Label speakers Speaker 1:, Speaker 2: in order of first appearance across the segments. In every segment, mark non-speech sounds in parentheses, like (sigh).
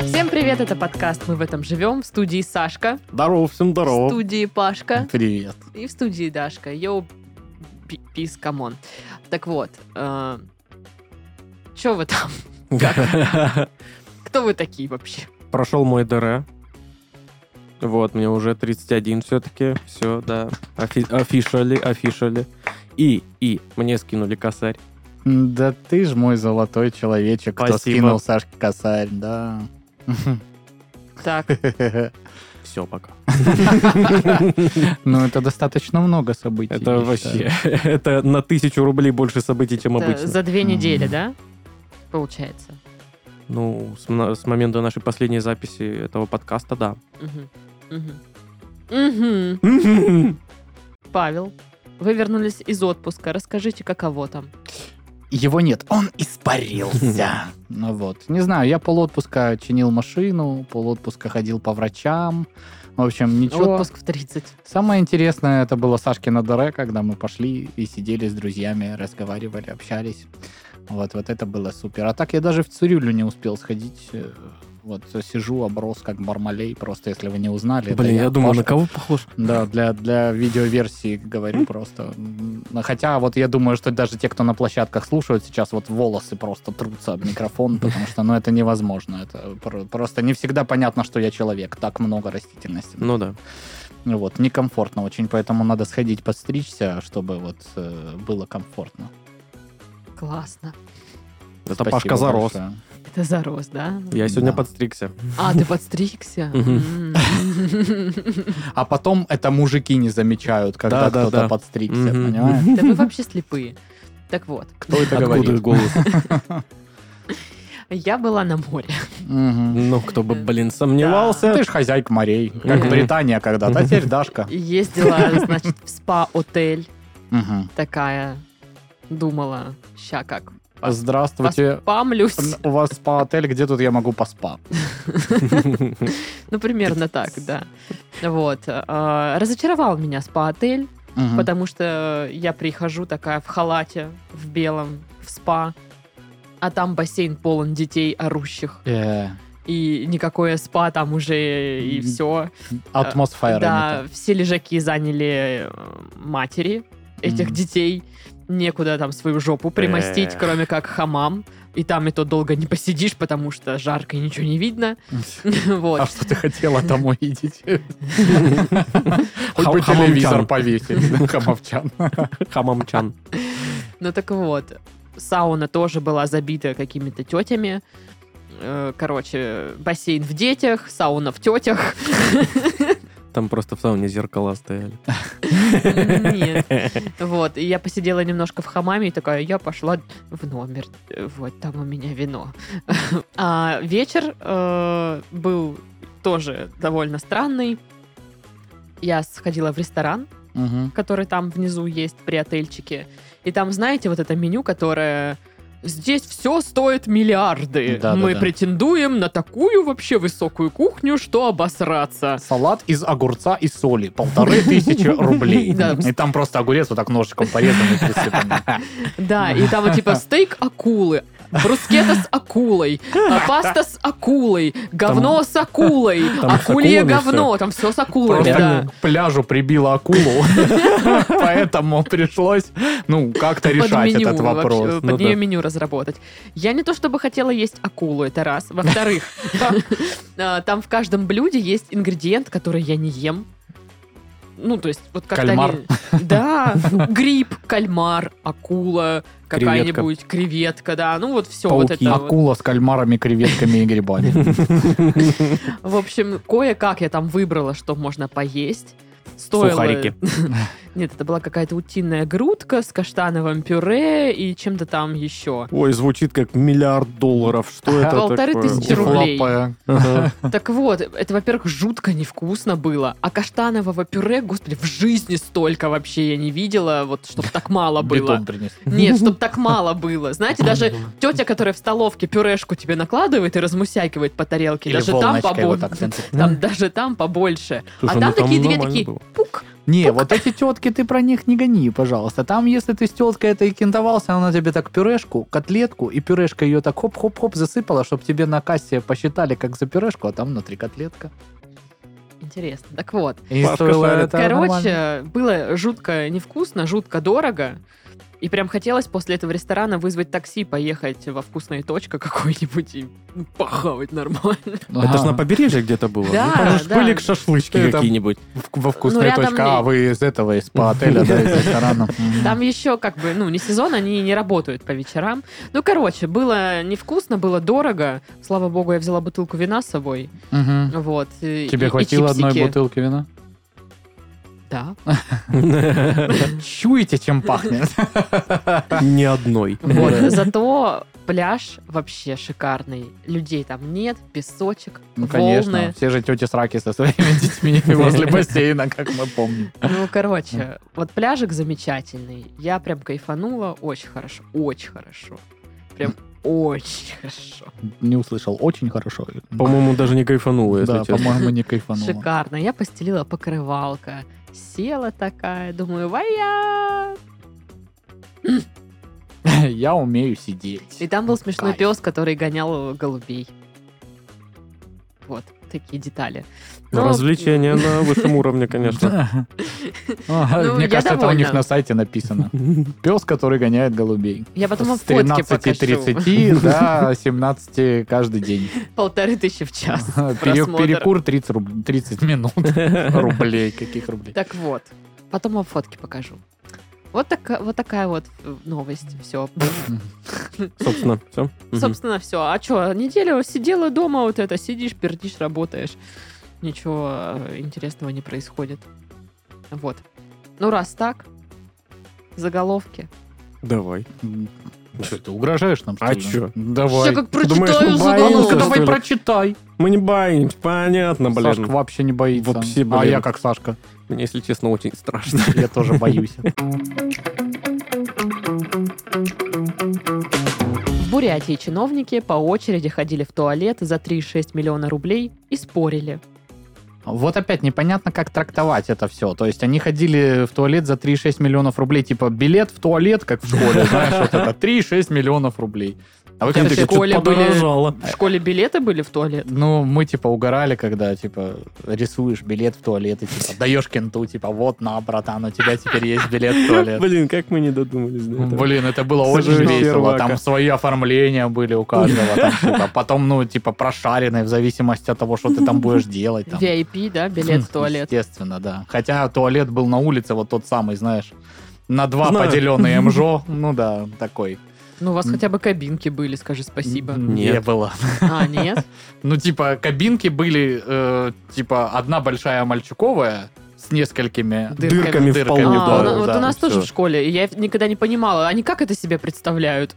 Speaker 1: Всем привет, это подкаст «Мы в этом живем» в студии Сашка,
Speaker 2: Здорово, всем
Speaker 1: в
Speaker 2: здорово.
Speaker 1: студии Пашка
Speaker 2: Привет.
Speaker 1: и в студии Дашка. Йоу, пи- пис, камон. Так вот, э, чё вы там? (laughs) Кто вы такие вообще?
Speaker 2: (laughs) Прошел мой ДР. Вот, мне уже 31 все-таки. Все, да. Офишали, офишали. И, и, мне скинули косарь.
Speaker 3: Да ты ж мой золотой человечек, кто
Speaker 2: Спасибо.
Speaker 3: скинул Сашке косарь,
Speaker 2: (laughs)
Speaker 3: да.
Speaker 1: Так,
Speaker 2: Все, пока.
Speaker 3: Ну, это достаточно много событий.
Speaker 2: Это
Speaker 3: я
Speaker 2: вообще,
Speaker 3: считаю.
Speaker 2: (laughs) это на тысячу рублей больше событий, чем
Speaker 1: да,
Speaker 2: обычно.
Speaker 1: за две
Speaker 3: Мгм.
Speaker 1: недели, да? Получается.
Speaker 2: Ну, с, мно- с момента нашей последней записи этого подкаста, да.
Speaker 1: Мгм. Мгм. Мгм. Павел, вы вернулись из отпуска. Расскажите, каково там?
Speaker 3: Его нет, он
Speaker 2: (laughs)
Speaker 3: испарился. Ну вот, не знаю, я полотпуска чинил машину, полотпуска ходил по врачам. В общем, ничего.
Speaker 1: Отпуск в 30.
Speaker 3: Самое интересное, это было Сашкино Доре, когда мы пошли и сидели с друзьями, разговаривали, общались. Вот, вот это было супер. А так я даже в Цирюлю не успел сходить. Э, Вот сижу, оброс как бармалей, просто если вы не узнали. это
Speaker 2: Блин, я думал,
Speaker 3: Паша-
Speaker 2: на кого похож?
Speaker 3: Да, для, для видеоверсии
Speaker 2: (laughs)
Speaker 3: говорю просто. М, Хотя вот я думаю, что даже те, кто на площадках слушают сейчас, вот волосы просто трутся об микрофон, потому что, ну, это невозможно. Это про- просто не всегда понятно, что я человек. Так много растительности.
Speaker 2: Ну да.
Speaker 3: Ну Вот, некомфортно очень, поэтому надо сходить подстричься, чтобы вот э, было комфортно.
Speaker 1: Классно.
Speaker 2: Это
Speaker 3: Спасибо
Speaker 2: Пашка зарос.
Speaker 3: большое.
Speaker 1: Это зарос, да?
Speaker 2: Я сегодня
Speaker 3: Да.
Speaker 2: подстригся.
Speaker 1: А, ты подстригся?
Speaker 2: Мгм.
Speaker 1: М.
Speaker 3: А потом это мужики не замечают, когда
Speaker 2: Да, да,
Speaker 3: кто-то
Speaker 2: да.
Speaker 3: подстригся,
Speaker 2: Мгм.
Speaker 3: понимаешь?
Speaker 1: Да вы вообще слепые. Так вот,
Speaker 3: Кто это
Speaker 2: Откуда
Speaker 3: говорит?
Speaker 2: голос?
Speaker 1: я была на море.
Speaker 3: Мгм.
Speaker 2: (laughs)
Speaker 3: Ну,
Speaker 2: Ну, кто бы, блин, сомневался.
Speaker 3: Ты ж хозяйка морей, как
Speaker 2: Мгм.
Speaker 3: Британия когда-то, а теперь Дашка.
Speaker 1: Ездила, значит, в спа-отель
Speaker 3: Мгм.
Speaker 1: такая. Думала, ща как,
Speaker 3: А Здравствуйте.
Speaker 1: памлюсь.
Speaker 3: У вас спа-отель, где тут я могу поспа?
Speaker 2: (laughs)
Speaker 1: Ну, примерно так, да. Вот. а, Разочаровал меня спа-отель,
Speaker 3: Мгм.
Speaker 1: потому что я прихожу такая в халате, в белом, в спа, а там бассейн полон детей орущих.
Speaker 3: Э,
Speaker 1: И никакое спа там уже и все.
Speaker 3: Атмосфера.
Speaker 1: да,
Speaker 3: не
Speaker 1: все лежаки заняли э, матери этих
Speaker 3: Мгм.
Speaker 1: детей. Некуда там свою жопу примостить,
Speaker 2: Эх.
Speaker 1: кроме как хамам. И там и то долго не посидишь, потому что жарко и ничего не видно. (laughs)
Speaker 3: та. А
Speaker 1: Вот.
Speaker 3: что ты хотела там (laughs) увидеть? Хоть
Speaker 2: Хам-
Speaker 3: бы
Speaker 2: хамовчан.
Speaker 3: телевизор повесили. Хамовчан.
Speaker 2: Хамамчан.
Speaker 1: Ну так вот, сауна тоже была забита какими-то тетями. Э, Короче, бассейн в детях, сауна в тетях.
Speaker 2: Там просто в сауне зеркала стояли.
Speaker 3: (laughs)
Speaker 1: Нет. Вот, и я посидела немножко в хамаме и такая, я пошла в номер. Э, Вот, там у меня вино. (laughs) А вечер э, был тоже довольно странный. Я сходила в ресторан,
Speaker 3: Мгм.
Speaker 1: который там внизу есть при отельчике. И там, знаете, вот это меню, которое... Здесь все стоит миллиарды.
Speaker 3: Да, да,
Speaker 1: Мы
Speaker 3: да.
Speaker 1: претендуем на такую вообще высокую кухню, что обосраться.
Speaker 3: Салат из огурца и соли. Полторы тысячи рублей.
Speaker 1: (laughs) Да.
Speaker 3: И там просто огурец вот так ножичком порезан и присыпан.
Speaker 1: (laughs) Да, и там вот, типа стейк акулы, брускета с акулой, а, паста с акулой, говно с акулой,
Speaker 2: там с
Speaker 1: акулье
Speaker 2: акулами
Speaker 1: говно, там все с акулами, да.
Speaker 3: Просто к пляжу прибила акулу. (laughs) Поэтому пришлось, ну, как-то
Speaker 1: Под
Speaker 3: решать
Speaker 1: меню
Speaker 3: этот
Speaker 1: вообще, э,
Speaker 3: вопрос.
Speaker 1: под
Speaker 2: ну
Speaker 1: нее
Speaker 2: да.
Speaker 1: меню разработать. Я не то чтобы хотела есть акулу, это раз. Во-вторых, (laughs) а, там в каждом блюде есть ингредиент, который я не ем. Ну, то есть, вот как-то
Speaker 3: Кальмар.
Speaker 1: они- Да, гриб, кальмар, акула, какая-нибудь креветка, да, ну вот все вот
Speaker 3: Пауки.
Speaker 1: это. вот.
Speaker 3: Акула с кальмарами, креветками и
Speaker 1: (laughs)
Speaker 3: грибами.
Speaker 1: В общем, кое-как я там выбрала, что можно поесть. Стоило...
Speaker 2: Сухарики.
Speaker 1: Нет, это была какая-то утиная грудка с каштановым пюре и чем-то там еще.
Speaker 2: Ой, звучит как миллиард долларов. Что это
Speaker 1: Полторы
Speaker 2: такое?
Speaker 1: тысячи рублей.
Speaker 3: Лапая.
Speaker 2: Ага.
Speaker 1: Так вот, это, во-первых, жутко невкусно было. А каштанового пюре, господи, в жизни столько вообще я не видела, вот чтобы так
Speaker 3: (laughs)
Speaker 1: мало было.
Speaker 3: Бетон принес.
Speaker 1: Нет, чтобы так мало было. Знаете,
Speaker 3: (laughs)
Speaker 1: даже тетя, которая в столовке пюрешку тебе накладывает и размусякивает по тарелке,
Speaker 3: Или
Speaker 1: даже там
Speaker 3: волночкой вот
Speaker 1: побольше.
Speaker 3: так.
Speaker 1: Там даже там побольше.
Speaker 2: Слушай,
Speaker 1: а
Speaker 2: ну
Speaker 1: там такие две
Speaker 2: нормально
Speaker 1: такие
Speaker 2: было.
Speaker 1: пук,
Speaker 3: Не, вот эти тетки, ты про них не гони, пожалуйста. Там, если ты с теткой этой кентовался, она тебе так пюрешку, котлетку, и пюрешка ее так хоп-хоп-хоп засыпала, чтобы тебе на кассе посчитали как за пюрешку, а там внутри котлетка.
Speaker 1: Интересно. Так вот,
Speaker 3: И
Speaker 2: Пашка
Speaker 3: стоило
Speaker 2: шарит.
Speaker 3: это нормально.
Speaker 1: Короче, было жутко невкусно, жутко дорого. И прям хотелось после этого ресторана вызвать такси, поехать во вкусная точка какой-нибудь и ну, похавать нормально.
Speaker 2: Это ж
Speaker 3: Ага.
Speaker 2: на побережье где-то было.
Speaker 1: Да,
Speaker 2: Ну, там ж
Speaker 1: да.
Speaker 2: были к шашлычки
Speaker 3: Это-
Speaker 2: какие-нибудь. (laughs)
Speaker 3: В- во вкусной
Speaker 1: Ну, рядом
Speaker 3: точке.
Speaker 1: ли-
Speaker 3: А, вы из этого, из по отеля, да, из ресторана. Мгм.
Speaker 1: Там еще как бы, ну, не сезон, они не работают по вечерам. Ну, короче, было невкусно, было дорого. Слава богу, я взяла бутылку вина с собой.
Speaker 3: Мгм.
Speaker 1: Вот. ну, и- и-
Speaker 3: Тебе
Speaker 1: и
Speaker 3: хватило одной
Speaker 1: чипсики.
Speaker 3: бутылки вина? (laughs)
Speaker 1: Да.
Speaker 3: Чуете, чем пахнет?
Speaker 2: Ни одной.
Speaker 1: Вот.
Speaker 3: Да.
Speaker 1: Зато пляж вообще шикарный. Людей там нет, песочек,
Speaker 3: Ну,
Speaker 1: волны.
Speaker 3: конечно, все же тети сраки со своими (laughs) детьми возле бассейна, как мы помним.
Speaker 1: Ну, короче, вот пляжик замечательный. Я прям кайфанула. Очень хорошо. Очень хорошо. Прям очень хорошо.
Speaker 3: Не услышал, очень хорошо.
Speaker 2: По-моему, даже не кайфануло, если
Speaker 3: Да,
Speaker 2: честно.
Speaker 3: по-моему, не кайфануло.
Speaker 1: Шикарно. Я постелила покрывалка. Села такая, думаю, вая!
Speaker 3: (laughs) Я умею
Speaker 1: И
Speaker 3: сидеть.
Speaker 1: там был смешной
Speaker 3: Кайф.
Speaker 1: пес, который гонял голубей. Вот, такие детали. Но-
Speaker 2: Развлечения на высшем уровне, конечно.
Speaker 3: (laughs) Да. Ага,
Speaker 1: Ну,
Speaker 3: Мне
Speaker 1: я
Speaker 3: кажется, это у них
Speaker 1: довольна.
Speaker 3: на сайте (laughs) написано.
Speaker 2: (laughs)
Speaker 3: Пес, который гоняет голубей.
Speaker 1: Я потом вам
Speaker 3: С
Speaker 1: фотки покажу. (laughs)
Speaker 3: 13.30 до 17 каждый день.
Speaker 1: Полторы тысячи в час.
Speaker 3: Пере-
Speaker 1: просмотра.
Speaker 3: Перекур 30 руб- 30 минут. Рублей. Каких рублей?
Speaker 1: Так вот, потом вам фотки покажу. Вот, така- вот такая вот э, новость. Все.
Speaker 2: Собственно, все.
Speaker 1: Собственно, все. А что, неделю сидела дома вот это, сидишь, пердишь, работаешь. Ничего э, интересного не происходит. Вот. Ну, раз так, заголовки.
Speaker 2: Давай.
Speaker 3: Что, ты угрожаешь нам, что
Speaker 2: А
Speaker 3: ли?
Speaker 2: чё?
Speaker 3: Давай.
Speaker 1: Ща как
Speaker 2: Ты думаешь, ну,
Speaker 1: прочитаю
Speaker 2: мы
Speaker 3: А
Speaker 2: боимся,
Speaker 3: ну-ка,
Speaker 1: заголовок.
Speaker 2: что
Speaker 3: давай
Speaker 2: ли?
Speaker 3: прочитай.
Speaker 2: Мы не боимся, понятно,
Speaker 3: Сашка
Speaker 2: блин.
Speaker 3: вообще не боится.
Speaker 2: Вообще, блин.
Speaker 3: а я как Сашка.
Speaker 2: Мне, если честно, очень страшно.
Speaker 3: Я тоже боюсь.
Speaker 1: В Бурятии чиновники по очереди ходили в туалет за 3,6 миллиона рублей и спорили.
Speaker 3: Вот опять непонятно, как трактовать это все. То есть они ходили в туалет за 3,6 миллионов рублей. Типа билет в туалет, как в школе. Знаешь, вот это 3,6 миллионов рублей. А вы
Speaker 1: Я
Speaker 3: как
Speaker 1: вообще
Speaker 3: такие,
Speaker 1: в школе
Speaker 3: «Чё-то
Speaker 1: были-
Speaker 3: подорожало».
Speaker 1: В школе билеты были в туалет?
Speaker 3: Ну, мы, типа, угорали, когда, типа, рисуешь билет в туалет и, типа, даешь кенту, типа, вот, на, братан, у тебя теперь есть билет в туалет.
Speaker 2: Блин, как мы не додумались до этого.
Speaker 3: Блин, это (laughs) было
Speaker 2: Сажу
Speaker 3: очень весело.
Speaker 2: сервака.
Speaker 3: Там свои оформления были у каждого. там что-то. Потом, ну, типа, прошаренные в зависимости от того, что ты там будешь делать. там.
Speaker 1: VIP, да, билет в туалет.
Speaker 3: Естественно, да. Хотя туалет был на улице, вот тот самый, знаешь, на два
Speaker 2: Знаю. (laughs)
Speaker 3: поделенный МЖО. Ну да, такой.
Speaker 1: Ну, у вас хотя бы кабинки были, скажи спасибо.
Speaker 3: Н- Не
Speaker 2: Нет.
Speaker 3: было.
Speaker 1: А, нет?
Speaker 3: Ну, типа, кабинки были, э, типа, одна большая мальчуковая с несколькими
Speaker 1: Дырками.
Speaker 2: Дырками вполне,
Speaker 3: Дырками,
Speaker 1: А,
Speaker 2: да.
Speaker 1: у на- вот
Speaker 3: да,
Speaker 1: у нас
Speaker 3: и
Speaker 1: тоже
Speaker 3: всё.
Speaker 1: в школе. и Я никогда не понимала, они как это себе представляют?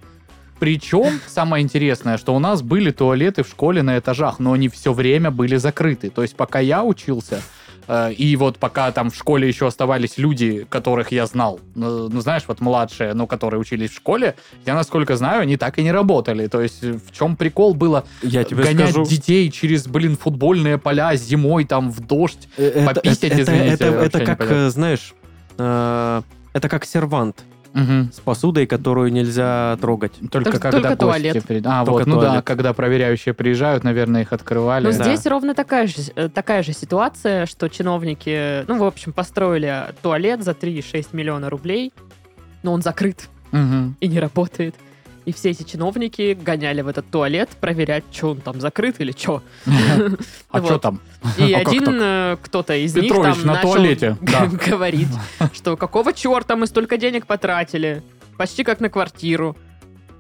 Speaker 3: Причем, самое интересное, что у нас были туалеты в школе на этажах, но они все время были закрыты. То есть, пока я учился, э, и вот пока там в школе еще оставались люди, которых я знал, ну, ну, знаешь, вот младшие, ну, которые учились в школе, я, насколько знаю, они так и не работали. То есть, э, в чем прикол было
Speaker 2: Я тебе
Speaker 3: гонять
Speaker 2: скажу.
Speaker 3: детей через, блин, футбольные поля зимой, там, в дождь.
Speaker 2: Э, это-
Speaker 3: пописать,
Speaker 2: это-
Speaker 3: извините,
Speaker 2: это-
Speaker 3: вообще
Speaker 2: Это как,
Speaker 3: непонятно.
Speaker 2: э, знаешь, э, это как сервант
Speaker 3: Мгм.
Speaker 2: с посудой, которую нельзя трогать.
Speaker 3: Только,
Speaker 1: Только-
Speaker 3: когда
Speaker 1: только
Speaker 3: гости
Speaker 1: туалет.
Speaker 3: при- А,
Speaker 2: Только
Speaker 3: вот, ну да,
Speaker 2: туалет.
Speaker 3: когда проверяющие приезжают, наверное, их открывали.
Speaker 1: Ну,
Speaker 2: Да.
Speaker 1: здесь ровно такая же, э, такая же ситуация, что чиновники, ну, в общем, построили туалет за 3,6 миллиона рублей, но он закрыт
Speaker 3: Мгм.
Speaker 1: и не работает. И все эти чиновники гоняли в этот туалет проверять, что он там закрыт или что.
Speaker 3: А
Speaker 1: Ну Вот.
Speaker 3: что там?
Speaker 1: И
Speaker 3: А как так?
Speaker 1: один э, кто-то из них
Speaker 3: Петрович
Speaker 1: там
Speaker 3: на
Speaker 1: начал (laughs)
Speaker 3: туалете, да.
Speaker 1: говорить, что какого черта мы столько денег потратили, почти как на квартиру.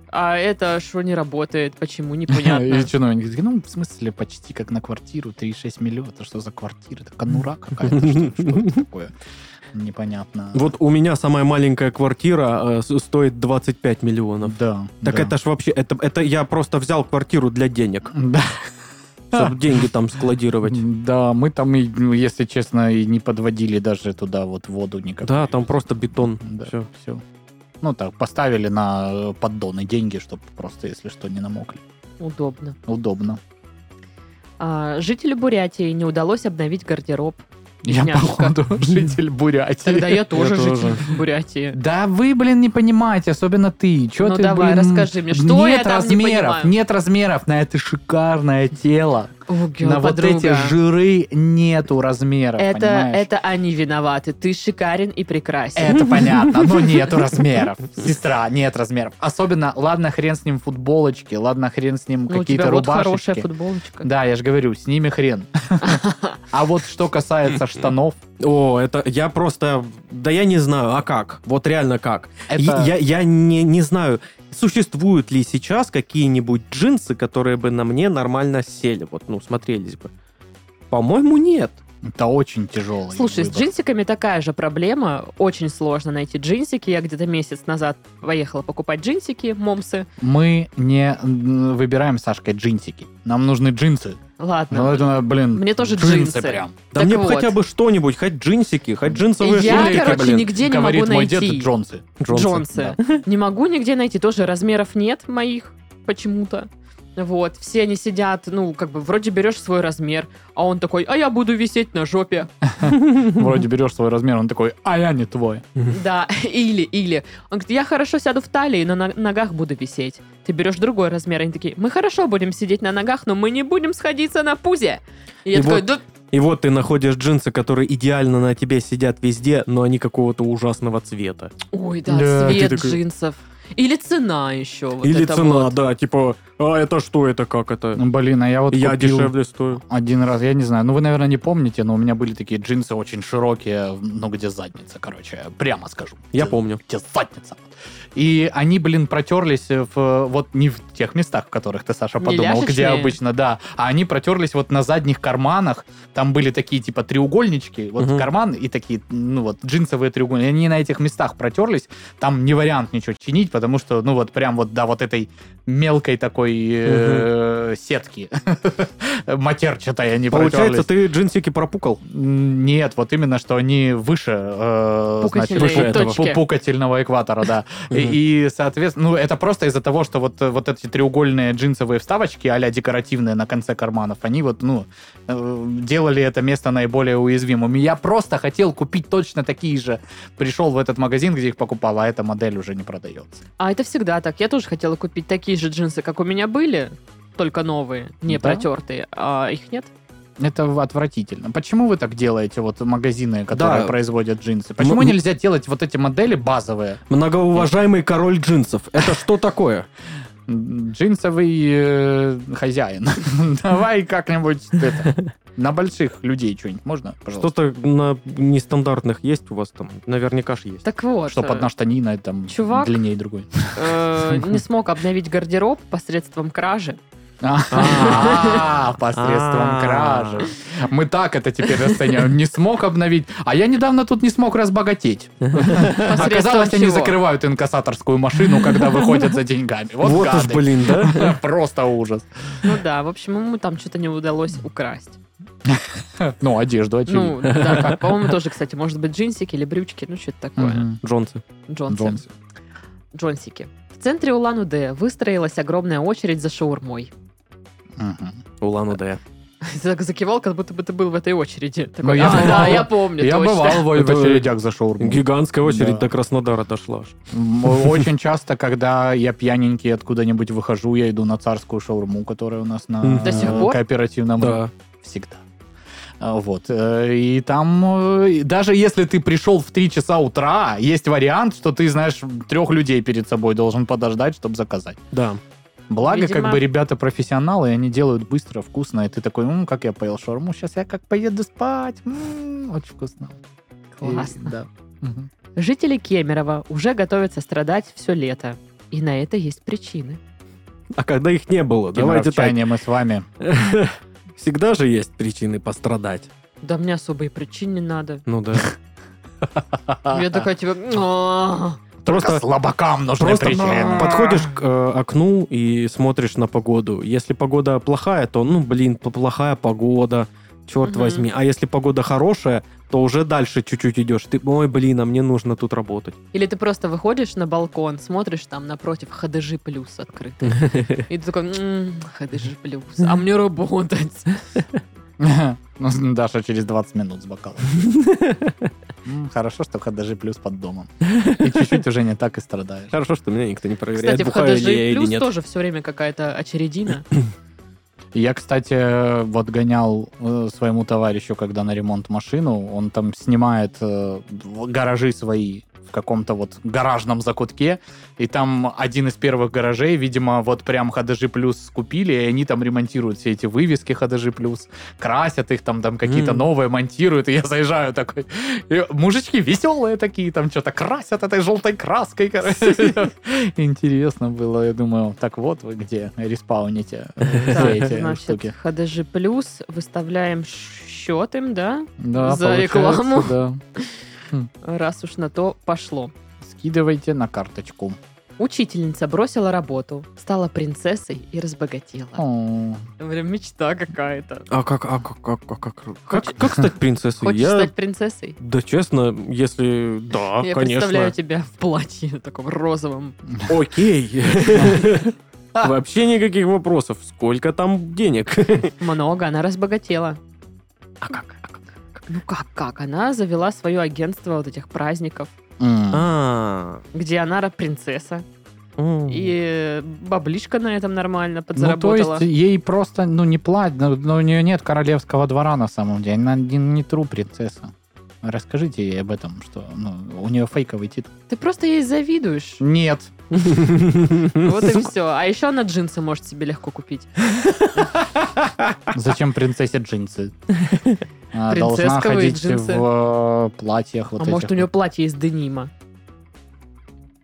Speaker 1: А это что не работает, почему,
Speaker 3: (laughs)
Speaker 1: непонятно.
Speaker 3: И чиновник такие, ну, в смысле, почти как на квартиру, 3,6 миллиона, это что за квартира? Это конура какая-то, что, что это такое? Непонятно.
Speaker 2: Вот у меня самая маленькая квартира э, с- стоит 25 миллионов.
Speaker 3: Да.
Speaker 2: Так
Speaker 3: да.
Speaker 2: это ж вообще, это, это я просто взял квартиру для денег,
Speaker 3: Да. А.
Speaker 2: чтобы деньги там складировать.
Speaker 3: Да, мы там, и, ну, если честно, и не подводили даже туда вот воду никак.
Speaker 2: Да, там просто бетон.
Speaker 3: Да,
Speaker 2: Всё.
Speaker 3: всё. Ну так, поставили на э, поддоны деньги, чтобы просто, если что, не намокли.
Speaker 1: Удобно.
Speaker 3: Удобно. (laughs)
Speaker 1: А, жителю Бурятии не удалось обновить гардероб.
Speaker 3: Я,
Speaker 1: Бедняжка.
Speaker 3: походу, (laughs) житель Бурятии.
Speaker 1: Тогда я тоже
Speaker 2: тоже.
Speaker 1: житель (laughs) Бурятии.
Speaker 3: Да вы, блин, не понимаете, особенно ты. Че
Speaker 1: Ну
Speaker 3: ты,
Speaker 1: давай,
Speaker 3: блин,
Speaker 1: расскажи мне, что
Speaker 3: нет
Speaker 1: я там не
Speaker 3: размеров,
Speaker 1: понимаю?
Speaker 3: нет размеров на это шикарное тело.
Speaker 1: О,
Speaker 3: на вот эти
Speaker 1: подруга. а?
Speaker 3: жиры нету размеров,
Speaker 1: это,
Speaker 3: понимаешь?
Speaker 1: это они виноваты. Ты шикарен и прекрасен. (laughs)
Speaker 3: Это понятно, но нету размеров. Сестра, нет размеров. Особенно, ладно, хрен с ним футболочки, ладно, хрен с ним
Speaker 1: Ну, у
Speaker 3: какие-то
Speaker 1: тебя вот хорошая
Speaker 3: рубашечки.
Speaker 1: футболочка.
Speaker 3: да, я же говорю, с ними
Speaker 1: (laughs)
Speaker 3: хрен. А вот что касается штанов,
Speaker 2: О, это я просто... Да я не знаю, а как? Вот реально как?
Speaker 3: это...
Speaker 2: Я, я- я не, не знаю, существуют ли сейчас какие-нибудь джинсы, которые бы на мне нормально сели, вот, ну, смотрелись бы. По-моему, нет.
Speaker 3: Это очень тяжелый
Speaker 1: Слушай, с
Speaker 3: выбор.
Speaker 1: джинсиками такая же проблема. Очень сложно найти джинсики. Я где-то месяц назад поехала покупать джинсики, момсы.
Speaker 3: Мы не м, выбираем, Сашкой, джинсики. Нам нужны джинсы.
Speaker 1: Ладно.
Speaker 3: Ну, это, блин,
Speaker 1: Мне тоже джинсы.
Speaker 3: прям.
Speaker 2: Да
Speaker 1: Так
Speaker 2: мне бы
Speaker 1: вот.
Speaker 2: хотя бы что-нибудь, хоть джинсики, хоть джинсовые
Speaker 1: Я,
Speaker 2: шортики,
Speaker 1: короче,
Speaker 2: блин.
Speaker 1: нигде не
Speaker 3: Говорит
Speaker 1: могу
Speaker 3: мой
Speaker 1: найти.
Speaker 3: дед, это джонсы.
Speaker 2: Джонсы.
Speaker 1: Джонсы. (laughs) Не могу нигде найти. Тоже размеров нет моих почему-то. Вот. Все они сидят, ну, как бы, вроде берешь свой размер, а он такой, а я буду висеть на жопе.
Speaker 3: Вроде берешь свой размер, он такой, а я не твой.
Speaker 1: Да, (laughs) или, или. Он говорит, я хорошо сяду в талии, но на ногах буду висеть. Ты берешь другой размер, и они такие, мы хорошо будем сидеть на ногах, но мы не будем сходиться на пузе. И я
Speaker 2: И
Speaker 1: такой,
Speaker 2: вот-
Speaker 1: да
Speaker 2: И вот ты находишь джинсы, которые идеально на тебе сидят везде, но они какого-то ужасного цвета.
Speaker 1: Ой, да,
Speaker 2: Да,
Speaker 1: цвет
Speaker 2: ты такой-
Speaker 1: джинсов. Или цена еще. вот
Speaker 2: Или
Speaker 1: это
Speaker 2: цена,
Speaker 1: вот.
Speaker 2: да, типа, а это что, это как это?
Speaker 3: Ну, Блин, а я вот
Speaker 2: Я
Speaker 3: купил
Speaker 2: дешевле стою.
Speaker 3: один раз, я не знаю, ну вы, наверное, не помните, но у меня были такие джинсы очень широкие, ну где задница, короче, прямо скажу.
Speaker 2: Я
Speaker 3: помню.
Speaker 2: помню.
Speaker 3: Где задница. И они, блин, протерлись в, э, вот не в тех местах, в которых ты, Саша,
Speaker 1: Не
Speaker 3: подумал, где
Speaker 1: ляшечные?
Speaker 3: обычно, да, а они протерлись вот на задних карманах, там были такие, типа, треугольнички, вот
Speaker 2: Мгм.
Speaker 3: карман и такие, ну вот, джинсовые треугольники, они на этих местах протерлись, там не вариант ничего чинить, потому что, ну вот, прям вот до вот этой мелкой такой э, сетки (laughs) матерчатой они
Speaker 2: Получается,
Speaker 3: протерлись.
Speaker 2: ты джинсики пропукал?
Speaker 3: М, Нет, вот именно, что они выше, э, значит,
Speaker 1: Пукательные
Speaker 3: выше этого
Speaker 1: точки.
Speaker 3: пу- пукательного экватора, да. И, и, соответственно, ну, это просто из-за того, что вот, э, вот эти треугольные джинсовые вставочки, а-ля декоративные на конце карманов, они вот, ну, э, делали это место наиболее уязвимым. И я просто хотел купить точно такие же. Пришел в этот магазин, где их покупал, а эта модель уже не продается.
Speaker 1: А это всегда так. Я тоже хотела купить такие же джинсы, как у меня были, только новые, не
Speaker 3: Да?
Speaker 1: протертые, а их нет.
Speaker 3: Это в- отвратительно. Почему вы так делаете, вот магазины, которые
Speaker 2: Да.
Speaker 3: производят джинсы? Почему
Speaker 2: м-
Speaker 3: нельзя делать вот эти модели базовые?
Speaker 2: Многоуважаемый король джинсов. Это что такое?
Speaker 3: М, джинсовый э, хозяин. (laughs) Давай как-нибудь это, на больших людей что-нибудь можно, пожалуйста?
Speaker 2: Что-то на нестандартных есть у вас там? Наверняка ж есть.
Speaker 1: Так вот,
Speaker 3: Чтоб
Speaker 1: э,
Speaker 3: одна штанина там
Speaker 1: Чувак.
Speaker 3: длиннее другой.
Speaker 1: э, не смог обновить гардероб посредством кражи.
Speaker 3: А, (laughs) Посредством
Speaker 2: (laughs) А.
Speaker 3: кражи. Мы так это теперь расцениваем. Не смог обновить. А я недавно тут не
Speaker 2: (laughs)
Speaker 3: смог разбогатеть.
Speaker 1: Посредством
Speaker 3: Оказалось, они
Speaker 1: чего?
Speaker 3: закрывают инкассаторскую машину, когда выходят за деньгами. Вот,
Speaker 2: Вот уж,
Speaker 3: гады.
Speaker 2: блин,
Speaker 3: (laughs)
Speaker 2: да?
Speaker 3: Просто ужас.
Speaker 1: Ну да, в общем, ему там что-то не удалось украсть.
Speaker 3: Ну, одежду, очевидно.
Speaker 1: Ну, да, по-моему, тоже, кстати, может быть, джинсики или брючки, ну, что-то такое.
Speaker 3: (laughs) Мгм.
Speaker 2: Джонсы.
Speaker 1: Джонсы.
Speaker 3: Джонсы.
Speaker 1: Джонсики. В центре Улан-Удэ выстроилась огромная очередь за шаурмой.
Speaker 3: Мгм.
Speaker 2: Улан Удэ.
Speaker 1: Так закивал, как будто бы ты был в этой очереди. Такой,
Speaker 3: Ну, я
Speaker 1: «А,
Speaker 3: бывал.
Speaker 1: да, я помню,
Speaker 3: Я
Speaker 1: точно».
Speaker 3: бывал в
Speaker 2: Это-
Speaker 3: очередях за шаурму.
Speaker 2: Гигантская очередь
Speaker 3: Да.
Speaker 2: до Краснодара дошла. аж. (laughs)
Speaker 3: М, Очень часто, когда я пьяненький откуда-нибудь выхожу, я иду на царскую шаурму, которая у нас на
Speaker 2: Мгм.
Speaker 1: До сих пор?
Speaker 3: кооперативном рынке.
Speaker 2: Да.
Speaker 3: всегда. А, Вот. э, И там, э, и даже если ты пришел в 3 часа утра, есть вариант, что ты, знаешь, трех людей перед собой должен подождать, чтобы заказать.
Speaker 2: Да.
Speaker 3: Благо,
Speaker 1: Видимо.
Speaker 3: как бы ребята профессионалы, и они делают быстро, вкусно, и ты такой, ну, как я поел шаурму, сейчас я как поеду спать. М, очень вкусно. И-
Speaker 1: Классно.
Speaker 3: да. Мгм.
Speaker 1: Жители Кемерово уже готовятся страдать все лето. И на это есть причины.
Speaker 2: А когда их не было, давайте так.
Speaker 3: Кемеровчане, мы с вами.
Speaker 2: Всегда же есть причины пострадать.
Speaker 1: Да мне особой причин не надо.
Speaker 2: Ну (laughs) да.
Speaker 3: А,
Speaker 1: Я такая типа... «А». «А-а-а».
Speaker 3: Только слабакам нужны
Speaker 2: Просто
Speaker 3: причины.
Speaker 2: подходишь к э, окну и смотришь на погоду. Если погода плохая, то, ну, блин, п- плохая погода, черт
Speaker 1: Мгм.
Speaker 2: возьми. А если погода хорошая, то уже дальше чуть-чуть идешь. Ты, ой, блин, а мне нужно тут работать.
Speaker 1: Или ты просто выходишь на балкон, смотришь там напротив ХДЖ плюс открыт.
Speaker 3: (laughs)
Speaker 1: И ты такой, «М, ХДЖ плюс, а мне работать.
Speaker 3: (laughs) Ну, Даша через 20 минут с бокалом. М, Хорошо, что Хадажи плюс под домом. И чуть-чуть уже не так и страдаешь.
Speaker 2: Хорошо, что меня никто не проверяет,
Speaker 1: Кстати, в
Speaker 2: бухаю ли я
Speaker 1: Хадажи
Speaker 2: или
Speaker 1: плюс
Speaker 2: нет.
Speaker 1: тоже все время какая-то очередина.
Speaker 3: Я, кстати, вот гонял э, своему товарищу, когда на ремонт машину, он там снимает э, в- гаражи свои в каком-то вот гаражном закутке, и там один из первых гаражей, видимо, вот прям Хадажи Плюс купили, и они там ремонтируют все эти вывески Хадажи Плюс, красят их там, там какие-то
Speaker 2: М.
Speaker 3: новые монтируют, и я заезжаю такой, и мужички веселые такие, там что-то красят этой желтой краской, короче. Интересно было, я думаю, так вот вы где респауните
Speaker 1: (laughs)
Speaker 3: э, все
Speaker 1: Так,
Speaker 3: (laughs) эти
Speaker 1: значит,
Speaker 3: штуки.
Speaker 1: Хадажи плюс, выставляем счет им, да?
Speaker 3: Да,
Speaker 1: за
Speaker 3: получается,
Speaker 1: рекламу.
Speaker 3: (laughs) да.
Speaker 1: Раз уж на то пошло.
Speaker 3: Скидывайте на карточку.
Speaker 1: Учительница бросила работу, стала принцессой и разбогатела.
Speaker 3: О,
Speaker 1: Прям мечта какая-то.
Speaker 2: А как, а как, как, как, как,
Speaker 1: Хочешь-
Speaker 2: как, как стать принцессой?
Speaker 1: Хочешь
Speaker 2: Я-
Speaker 1: стать принцессой?
Speaker 2: Да честно, если...
Speaker 3: А,
Speaker 2: Да,
Speaker 1: Я представляю
Speaker 2: конечно.
Speaker 1: тебя в платье (laughs) таком розовом.
Speaker 2: Окей.
Speaker 1: (laughs)
Speaker 2: Вообще никаких вопросов. Сколько там денег?
Speaker 1: Много, она разбогатела.
Speaker 2: А как? а как?
Speaker 1: Ну как, как? Она завела свое агентство вот этих праздников,
Speaker 3: м.
Speaker 1: (laughs)
Speaker 2: А,
Speaker 1: где она ра- принцесса.
Speaker 2: м.
Speaker 1: И баблишка на этом нормально
Speaker 3: Ну, то
Speaker 1: подзаработала.
Speaker 3: есть ей просто, ну, не платят, но, у нее нет королевского двора на самом деле. Она не, не тру принцесса. Расскажите ей об этом, что ну, у нее фейковый титул.
Speaker 1: Ты просто ей
Speaker 3: (laughs)
Speaker 1: завидуешь.
Speaker 3: Нет.
Speaker 1: Вот и все. А еще она джинсы может себе легко купить.
Speaker 3: Зачем
Speaker 1: (laughs)
Speaker 3: принцессе джинсы? Она должна
Speaker 1: Принцессковые
Speaker 3: ходить
Speaker 1: джинсы.
Speaker 3: в э, платьях вот
Speaker 1: а может, у
Speaker 3: этих
Speaker 1: нее платье из денима.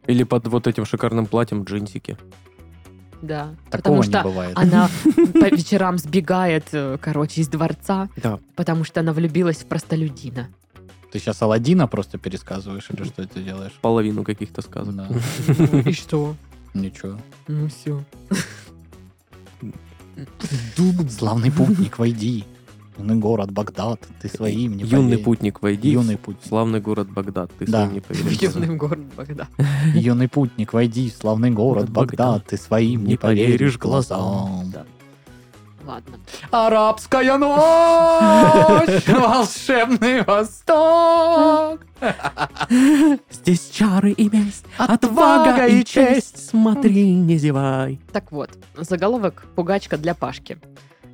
Speaker 2: Или под вот этим шикарным платьем джинсики.
Speaker 1: Да.
Speaker 3: вот. Такого
Speaker 1: Потому
Speaker 3: не
Speaker 1: что
Speaker 3: бывает. (laughs)
Speaker 1: она по вечерам сбегает, э, короче, из дворца,
Speaker 2: Да.
Speaker 1: потому что она влюбилась в простолюдина.
Speaker 3: Ты сейчас Алладина просто пересказываешь или что это делаешь?
Speaker 2: Половину каких-то сказок.
Speaker 3: (laughs) Да,
Speaker 1: И что?
Speaker 3: ничего.
Speaker 1: Ну все.
Speaker 3: Славный путник, войди. Юный город Багдад, ты своим не
Speaker 2: Юный
Speaker 3: поверь.
Speaker 2: путник, войди.
Speaker 3: Юный путник.
Speaker 2: в Славный город Багдад. Ты
Speaker 3: Да.
Speaker 2: своим не
Speaker 1: В
Speaker 2: (laughs) поверишь.
Speaker 1: юный город
Speaker 3: (laughs)
Speaker 1: Багдад.
Speaker 3: Юный путник, войди в славный
Speaker 2: Город
Speaker 3: город
Speaker 2: Багдад.
Speaker 3: Багдад, ты своим не
Speaker 2: Не
Speaker 3: поверишь
Speaker 2: поверишь
Speaker 3: глазам.
Speaker 2: глазам.
Speaker 1: Ладно.
Speaker 3: Арабская (laughs) ночь, волшебный восток,
Speaker 2: Здесь чары и месть,
Speaker 3: отвага и честь.
Speaker 2: Смотри, не зевай.
Speaker 1: Так вот, заголовок «Пугачка для Пашки».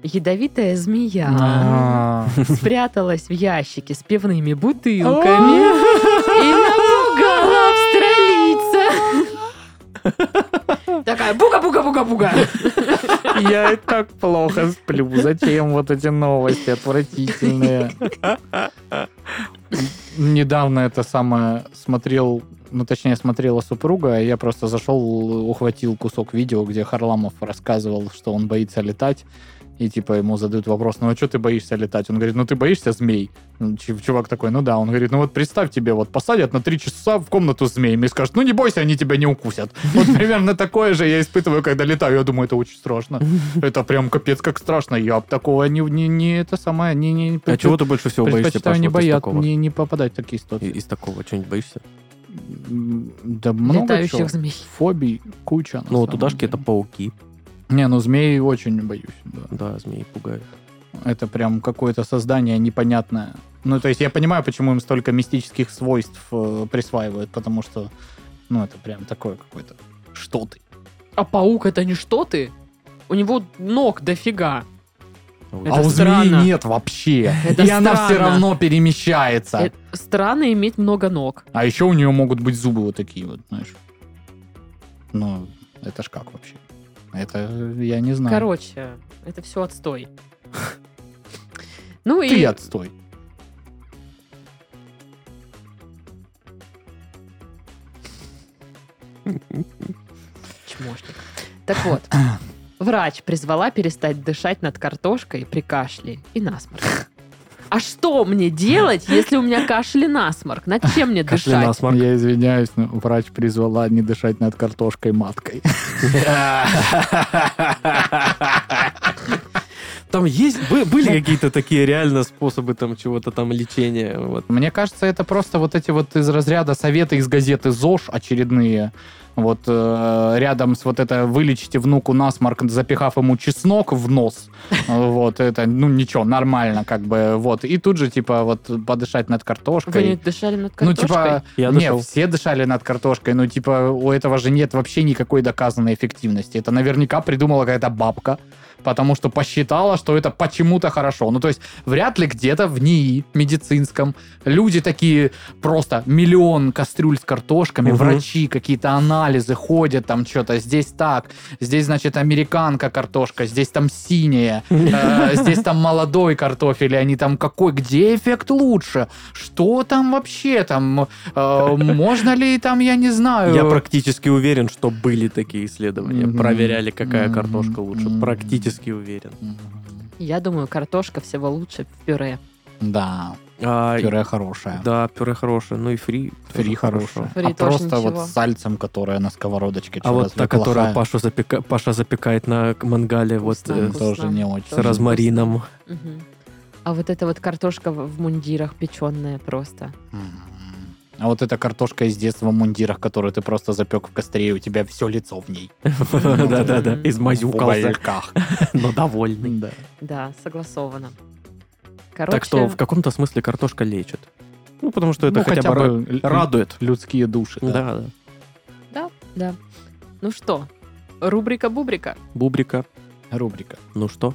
Speaker 1: Ядовитая змея
Speaker 3: А. (laughs)
Speaker 1: спряталась в ящике с пивными бутылками и напугала австралийца.
Speaker 3: (laughs)
Speaker 1: Такая буга-буга-буга-буга.
Speaker 3: Я и так плохо сплю. Зачем вот эти новости отвратительные? Недавно это самое смотрел, ну точнее смотрела супруга, и я просто зашел, ухватил кусок видео, где Харламов рассказывал, что он боится летать. И типа ему задают вопрос, ну а что ты боишься летать? Он говорит, ну ты боишься змей? Ну, ч- Чувак такой, ну да. Он говорит, ну вот представь тебе, вот посадят на три часа в комнату с змеями и скажут, ну не бойся, они тебя не укусят. Вот примерно такое же я испытываю, когда летаю. Я думаю, это очень страшно. Это прям капец как страшно. Я б такого не, не, не это самое, не, не,
Speaker 2: А чего ты больше всего боишься,
Speaker 3: предпочитаю
Speaker 2: Паш,
Speaker 3: не
Speaker 2: вот из
Speaker 3: боят,
Speaker 2: такого?
Speaker 3: не, не попадать в такие
Speaker 2: И-
Speaker 3: ситуации.
Speaker 2: Из такого что-нибудь боишься?
Speaker 3: М, Да много чего.
Speaker 1: Летающих змей.
Speaker 3: Фобий куча. на
Speaker 2: Ну,
Speaker 3: самом
Speaker 2: вот удашки
Speaker 3: деле.
Speaker 2: это пауки.
Speaker 3: Не, ну змеи очень не боюсь. да.
Speaker 2: Да, змеи пугают.
Speaker 3: Это прям какое-то создание непонятное. Ну, то есть я понимаю, почему им столько мистических свойств э, присваивают, потому что, ну, это прям такое какое-то. Что ты?
Speaker 1: А паук это не что ты? У него ног дофига. Это
Speaker 3: а у
Speaker 1: странно.
Speaker 3: змеи нет вообще.
Speaker 1: Это
Speaker 3: И она все
Speaker 1: странно.
Speaker 3: равно перемещается.
Speaker 1: Э, Странно иметь много ног.
Speaker 3: А еще у нее могут быть зубы вот такие вот, знаешь. Ну, это ж как вообще? Это э, я не знаю.
Speaker 1: Короче, это все отстой. Ну
Speaker 3: Ты
Speaker 1: и
Speaker 3: отстой.
Speaker 1: чмошник. Так вот, врач призвала перестать дышать над картошкой при кашле и насморк. А что мне делать, если у меня кашель и насморк? Над чем мне
Speaker 2: Кашли
Speaker 1: дышать?
Speaker 2: насморк.
Speaker 3: Я извиняюсь, но врач призвала не дышать над картошкой маткой. (laughs)
Speaker 2: Там есть, бы- были какие-то такие реально способы там чего-то там лечения. Вот.
Speaker 3: Мне кажется, это просто вот эти вот из разряда советы из газеты ЗОЖ очередные, Вот э, рядом с вот это вылечите внуку насморк, запихав ему чеснок в нос. (laughs) Вот это, ну ничего, нормально как бы. Вот. И тут же типа вот подышать над
Speaker 1: Вы не
Speaker 3: картошкой.
Speaker 1: дышали над
Speaker 3: Ну,
Speaker 1: картошкой?
Speaker 3: типа,
Speaker 2: Я
Speaker 3: не,
Speaker 2: дышал.
Speaker 3: все дышали над картошкой, но, типа, у этого же нет вообще никакой доказанной эффективности. Это наверняка придумала какая-то бабка, потому что посчитала, что это почему-то хорошо. Ну, то есть, вряд ли где-то в НИИ медицинском люди такие просто миллион кастрюль с картошками,
Speaker 2: Мгм.
Speaker 3: врачи, какие-то анализы ходят, там что-то, здесь так, здесь, значит, американка картошка, здесь
Speaker 2: (laughs)
Speaker 3: там синяя, Э, Здесь там молодой картофель, и они там какой, где эффект лучше? Что там вообще там? э, Можно ли там, я не знаю.
Speaker 2: Я практически уверен, что были такие исследования.
Speaker 3: Мгм.
Speaker 2: Проверяли, какая
Speaker 3: Мгм.
Speaker 2: картошка лучше.
Speaker 3: Мгм.
Speaker 2: Практически уверен.
Speaker 1: Я думаю, картошка всего лучше в пюре.
Speaker 3: Да,
Speaker 2: А,
Speaker 3: пюре хорошее.
Speaker 2: Да, пюре хорошее. Ну и фри. тоже
Speaker 3: Фри хорошее.
Speaker 1: Фри
Speaker 3: а
Speaker 1: тоже
Speaker 3: просто
Speaker 1: ничего.
Speaker 3: вот с сальцем, которая на сковородочке.
Speaker 2: А
Speaker 3: чё,
Speaker 2: вот
Speaker 3: разве
Speaker 2: та, которая
Speaker 3: плохая?
Speaker 2: Паша, запека- Паша запекает на к- мангале вот
Speaker 1: Вкусно,
Speaker 2: э,
Speaker 1: вкусно.
Speaker 3: Тоже не очень.
Speaker 2: с розмарином.
Speaker 1: Мгм. А вот эта вот картошка в в мундирах печеная просто.
Speaker 3: М. А вот эта картошка из детства в мундирах, которую ты просто запек в костре, и у тебя все лицо в ней.
Speaker 2: (laughs) Да-да-да,
Speaker 1: Мгм.
Speaker 3: в
Speaker 2: измазюкался, (laughs)
Speaker 3: угольках.
Speaker 2: но довольный.
Speaker 3: Да.
Speaker 1: Да, согласовано. Короче,
Speaker 2: Так что в каком-то смысле картошка лечит. Ну, потому что это
Speaker 3: Ну,
Speaker 2: хотя бы
Speaker 3: л-
Speaker 2: ра- радует.
Speaker 3: людские души. да.
Speaker 2: Да, да.
Speaker 1: да. Ну что, рубрика бубрика.
Speaker 2: Бубрика.
Speaker 3: Рубрика.
Speaker 2: Ну что?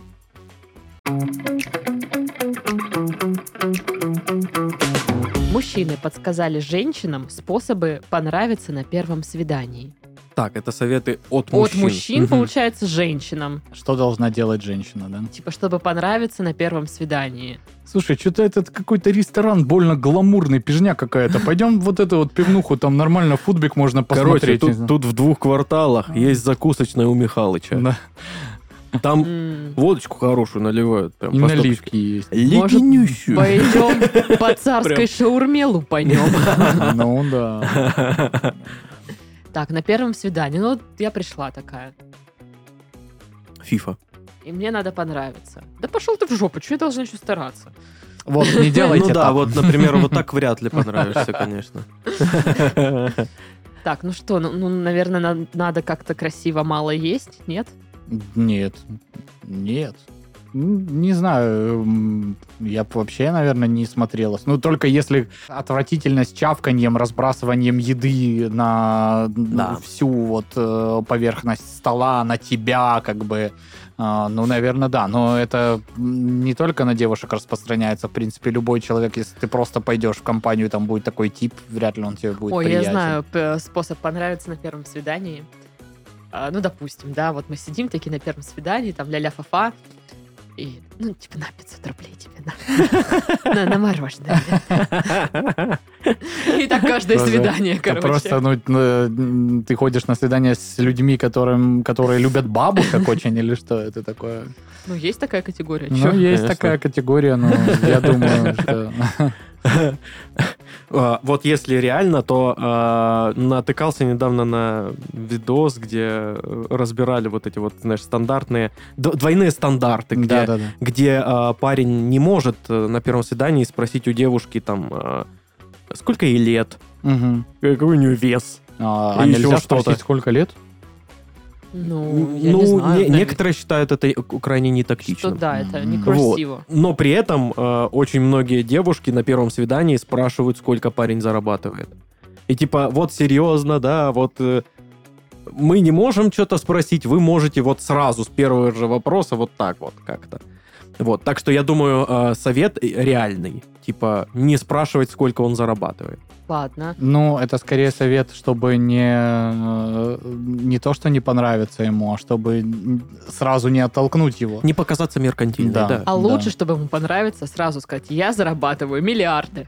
Speaker 1: Мужчины подсказали женщинам способы понравиться на первом свидании.
Speaker 2: Так, это советы от
Speaker 1: От
Speaker 2: мужчин.
Speaker 1: мужчин,
Speaker 2: Мгм.
Speaker 1: получается, женщинам.
Speaker 3: Что должна делать женщина, да?
Speaker 1: Типа, чтобы понравиться на первом свидании.
Speaker 3: Слушай, что-то этот какой-то ресторан больно гламурный, пижня какая-то. Пойдем вот эту вот пивнуху, там нормально футбик можно
Speaker 2: Короче,
Speaker 3: посмотреть.
Speaker 2: тут, тут в двух кварталах есть закусочная у Михалыча.
Speaker 3: Да.
Speaker 2: Там
Speaker 1: М.
Speaker 2: водочку хорошую наливают. Прям
Speaker 3: и
Speaker 2: по стопочке.
Speaker 3: наливки есть.
Speaker 1: Может,
Speaker 2: Леденющую. (laughs)
Speaker 1: Пойдем по царской шаурме лупанем.
Speaker 3: Ну да.
Speaker 1: Так, на первом свидании. Ну, вот я пришла такая.
Speaker 2: Фифа.
Speaker 1: И мне надо понравиться. Да пошел ты в жопу, чего я должна еще стараться?
Speaker 3: Вот, не делайте
Speaker 2: Ну да,
Speaker 3: так.
Speaker 2: вот, например, вот так вряд ли понравишься, конечно.
Speaker 1: Так, ну что, ну, наверное, надо как-то красиво мало есть, нет?
Speaker 3: Нет. Нет. М, Не знаю, м, я бы вообще, наверное, не смотрелась. Ну, только если отвратительность чавканьем, разбрасыванием еды на ну,
Speaker 2: Да.
Speaker 3: всю вот э, поверхность стола, на тебя, как бы. А, ну, наверное, да. Но это м, не только на девушек распространяется. В принципе, любой человек, если ты просто пойдешь в компанию, там будет такой тип, вряд ли он тебе будет
Speaker 1: Ой,
Speaker 3: приятен.
Speaker 1: я знаю п- способ понравиться на первом свидании. А, ну, допустим, да, вот мы сидим такие на первом свидании, там ля-ля фа-фа, и, ну, типа, на (laughs) 500 рублей тебе, на, на, на мороженое. И так каждое
Speaker 3: Тоже.
Speaker 1: свидание,
Speaker 3: Это Просто,
Speaker 1: короче.
Speaker 3: ну, э, м, ты ходишь на свидание с людьми, которым, которые любят бабушек очень, или что это такое?
Speaker 1: Ну, есть такая категория,
Speaker 3: Ну,
Speaker 1: чё?
Speaker 3: есть
Speaker 2: Конечно.
Speaker 3: такая категория, но я думаю, что...
Speaker 2: А, Вот если реально, то а, натыкался недавно на видос, где э, разбирали вот эти вот, знаешь, стандартные, д- двойные стандарты, где
Speaker 3: Да-да-да.
Speaker 2: где а, парень не может э, на первом свидании спросить у девушки там, а, сколько ей лет,
Speaker 3: Мгм.
Speaker 2: э, какой у нее вес.
Speaker 3: А а
Speaker 2: И
Speaker 3: нельзя
Speaker 2: еще что-то.
Speaker 3: спросить, сколько лет?
Speaker 1: Ну, я не знаю.
Speaker 2: не-
Speaker 1: наверное,
Speaker 2: некоторые считают это и- крайне
Speaker 1: Что
Speaker 2: нетактичным.
Speaker 1: да, это
Speaker 3: М.
Speaker 1: некрасиво.
Speaker 2: Но при этом э, очень многие девушки на первом свидании спрашивают, сколько парень зарабатывает. И типа, вот серьезно, да, вот э, мы не можем что-то спросить, вы можете вот сразу с первого же вопроса вот так вот как-то. Вот, так что я думаю, э, совет реальный. Типа, не спрашивать, сколько он зарабатывает.
Speaker 1: Ладно.
Speaker 3: Ну, это скорее совет, чтобы не, э, не то, что не понравится ему, а чтобы н- сразу не оттолкнуть его.
Speaker 2: Не показаться меркантильным, да.
Speaker 3: Да.
Speaker 1: А
Speaker 3: Да.
Speaker 1: лучше, чтобы ему понравиться, сразу сказать, я зарабатываю миллиарды.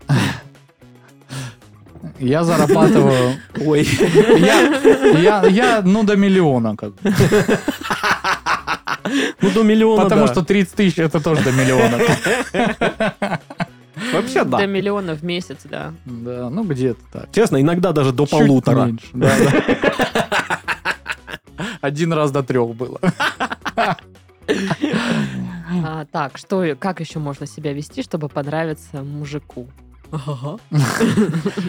Speaker 3: Я зарабатываю...
Speaker 2: Ой,
Speaker 3: Я, я, я, ну, до миллиона как бы.
Speaker 2: (laughs) ну до миллиона,
Speaker 3: Потому
Speaker 2: да.
Speaker 3: что 30 тысяч это тоже до миллиона. (laughs)
Speaker 2: Вообще да.
Speaker 1: До миллиона в месяц, да.
Speaker 3: Да, ну где-то так.
Speaker 2: Честно, иногда даже до
Speaker 3: Чуть
Speaker 2: полутора.
Speaker 3: меньше,
Speaker 2: (laughs)
Speaker 3: да, да. Один раз до трех было.
Speaker 1: А, так, что, как еще можно себя вести, чтобы понравиться мужику? Ага.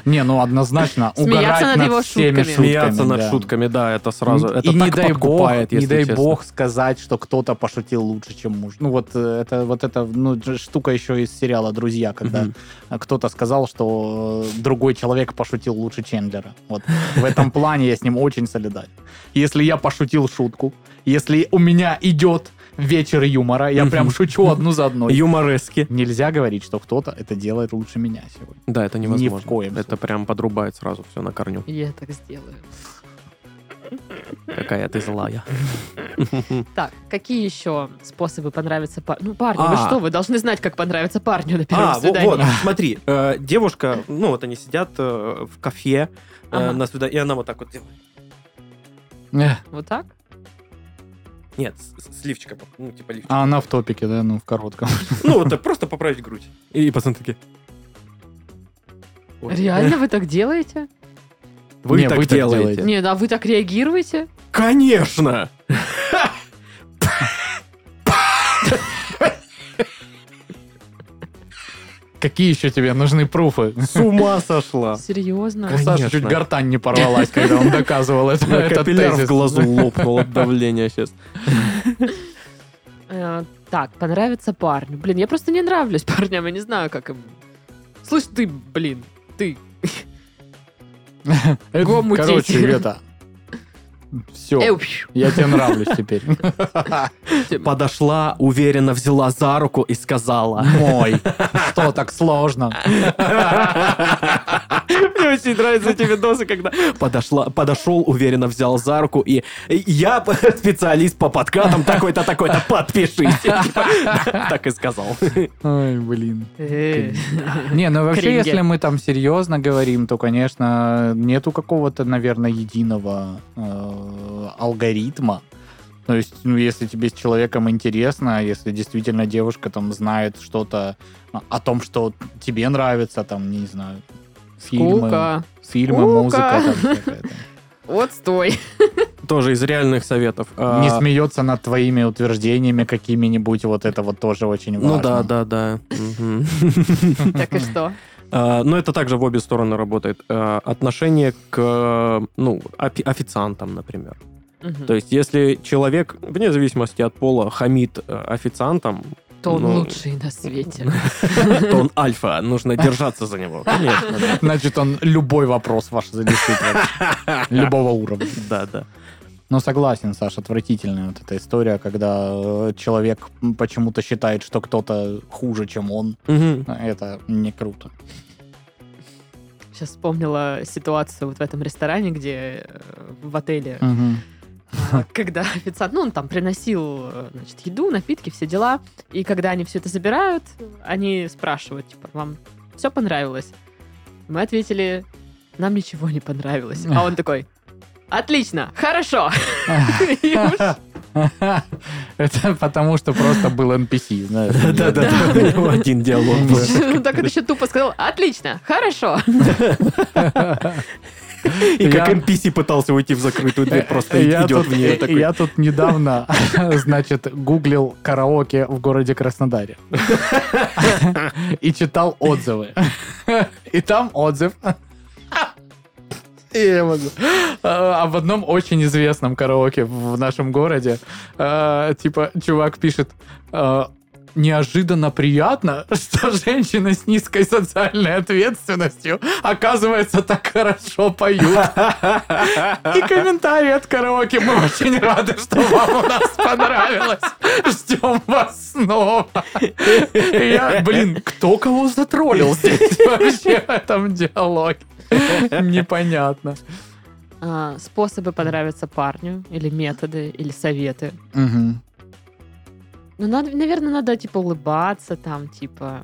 Speaker 3: Не, ну однозначно,
Speaker 1: Смеяться
Speaker 3: угорать
Speaker 1: над
Speaker 3: над,
Speaker 1: его
Speaker 3: всеми
Speaker 1: шутками.
Speaker 3: шутками.
Speaker 2: Смеяться над
Speaker 3: да.
Speaker 2: шутками, да, это сразу.
Speaker 3: И
Speaker 2: это
Speaker 3: не
Speaker 2: так
Speaker 3: дай
Speaker 2: подкупает,
Speaker 3: бог, не
Speaker 2: если
Speaker 3: дай
Speaker 2: честно.
Speaker 3: бог сказать, что кто-то пошутил лучше, чем муж. Ну вот э, это вот эта ну, ж- штука еще из сериала "Друзья", когда э,
Speaker 2: Мгм.
Speaker 3: кто-то сказал, что э, другой человек пошутил лучше Чендлера. Вот в этом плане я с ним очень солидарен. Если я пошутил шутку, если у меня идет вечер юмора, я прям
Speaker 2: Мгм.
Speaker 3: шучу одну за одной.
Speaker 2: Юморески.
Speaker 3: Нельзя говорить, что кто-то это делает лучше меня сегодня.
Speaker 2: Да, это
Speaker 3: Ни в
Speaker 2: невозможно.
Speaker 3: коем
Speaker 2: это
Speaker 3: случае.
Speaker 2: прям подрубает сразу все на корню.
Speaker 1: Я так сделаю.
Speaker 2: Какая ты (laughs) злая.
Speaker 1: Так, какие еще способы понравиться парню? Ну, парню, вы
Speaker 2: А.
Speaker 1: что, вы должны знать, как понравиться парню на первом
Speaker 2: А, во-
Speaker 1: свидании.
Speaker 2: вот, смотри, э, девушка, ну вот они сидят э, в кафе э,
Speaker 1: Ага.
Speaker 2: на свидании, и она вот так вот делает.
Speaker 3: Эх,
Speaker 1: Вот так?
Speaker 2: Нет, с- сливчика, поп- ну типа лифчика.
Speaker 3: А она в топике, да, ну в коротком. (laughs)
Speaker 2: Ну вот так, просто поправить грудь. И пацаны такие. Ой.
Speaker 1: Реально вы так делаете?
Speaker 2: (laughs) Вы
Speaker 3: Не,
Speaker 2: так
Speaker 3: вы так
Speaker 2: делаете.
Speaker 3: делаете.
Speaker 1: Нет, а вы так реагируете?
Speaker 2: Конечно!
Speaker 3: Какие еще тебе нужны пруфы?
Speaker 2: С ума сошла.
Speaker 1: Серьезно?
Speaker 3: У Саши чуть
Speaker 2: Конечно.
Speaker 3: гортань не порвалась, когда он доказывал это,
Speaker 2: (laughs) (laughs) На
Speaker 3: этот
Speaker 2: капилляр в
Speaker 3: тезис.
Speaker 2: глазу лопнул от давления сейчас.
Speaker 1: Э, Так, понравится парню. Блин, я просто не нравлюсь (laughs) парням, я не знаю, как им... Слышь, ты, блин, ты.
Speaker 3: Это,
Speaker 1: Гому
Speaker 3: Э, Короче,
Speaker 1: дети.
Speaker 3: Вета,
Speaker 1: Э,
Speaker 3: все,
Speaker 1: пью.
Speaker 3: я тебе нравлюсь
Speaker 2: (laughs)
Speaker 3: теперь.
Speaker 2: Подошла, уверенно взяла за руку и сказала.
Speaker 3: Мой. Что так сложно?
Speaker 2: (laughs) Мне очень нравятся эти видосы, когда подошла, подошел, уверенно взял за руку и я (laughs) специалист по подкатам такой-то, такой-то, (laughs) подпишись. Так и сказал.
Speaker 3: Ой, блин.
Speaker 1: Э,
Speaker 3: Не, ну вообще,
Speaker 1: Кринге.
Speaker 3: если мы там серьезно говорим, то, конечно, нету какого-то, наверное, единого э, алгоритма. То есть, ну, если тебе с человеком интересно, если действительно девушка там знает что-то а, о том, что тебе нравится, там, не знаю, фильмы,
Speaker 1: Скука.
Speaker 3: фильмы,
Speaker 1: Скука.
Speaker 3: музыка,
Speaker 1: (laughs)
Speaker 3: там какая-то.
Speaker 1: Вот
Speaker 2: (laughs)
Speaker 1: стой.
Speaker 2: (laughs) Тоже из реальных советов. А,
Speaker 3: не смеется над твоими утверждениями какими-нибудь, вот это вот тоже очень важно.
Speaker 2: Ну да, да, да. Мгм.
Speaker 1: Так и что?
Speaker 2: А, Но это также в обе стороны работает. А, Отношение к ну, офи- официантам, например.
Speaker 1: Мгм.
Speaker 2: То есть, если человек, вне зависимости от пола, хамит э, официантам,
Speaker 1: То он
Speaker 2: ну,
Speaker 1: лучший на свете.
Speaker 2: то он альфа, нужно держаться за него, конечно. да.
Speaker 3: Значит, он любой вопрос ваш задешит
Speaker 2: (laughs)
Speaker 3: Любого уровня.
Speaker 2: Да, да.
Speaker 3: Ну, согласен, Саш, отвратительная вот эта история, когда э, человек м, почему-то считает, что кто-то хуже, чем он.
Speaker 2: Мгм.
Speaker 3: Это не круто.
Speaker 1: Сейчас вспомнила ситуацию вот в этом ресторане, где э, в отеле, э, когда официант, ну, он там приносил, э, значит, еду, напитки, все дела, и когда они все это забирают, они спрашивают, типа, вам все понравилось? Мы ответили, нам ничего не понравилось. А он такой, отлично, хорошо. И
Speaker 3: (laughs)
Speaker 1: уж-
Speaker 3: Это потому, что просто был NPC, знаешь.
Speaker 2: Да, да, да. У него один диалог был.
Speaker 1: Ну, так это еще тупо сказал, отлично, хорошо.
Speaker 2: И как
Speaker 3: Я-
Speaker 2: NPC пытался уйти в закрытую дверь, просто и-
Speaker 3: я
Speaker 2: идет
Speaker 3: тут,
Speaker 2: в нее такой.
Speaker 3: я тут недавно, (laughs) значит, гуглил караоке в городе Краснодаре. И читал отзывы. И там отзыв. И вот, э, об одном очень известном караоке в нашем городе. э, Типа, чувак пишет, э, неожиданно приятно, что женщины с низкой социальной ответственностью оказывается так хорошо поют. И комментарии от караоке. Мы очень рады, что вам у нас понравилось. Ждем вас снова. И я, блин, кто кого затроллил здесь вообще в этом диалоге? Непонятно.
Speaker 1: А, Способы понравиться парню, или методы, или советы. Ну, надо, наверное, надо, типа, улыбаться, там, типа...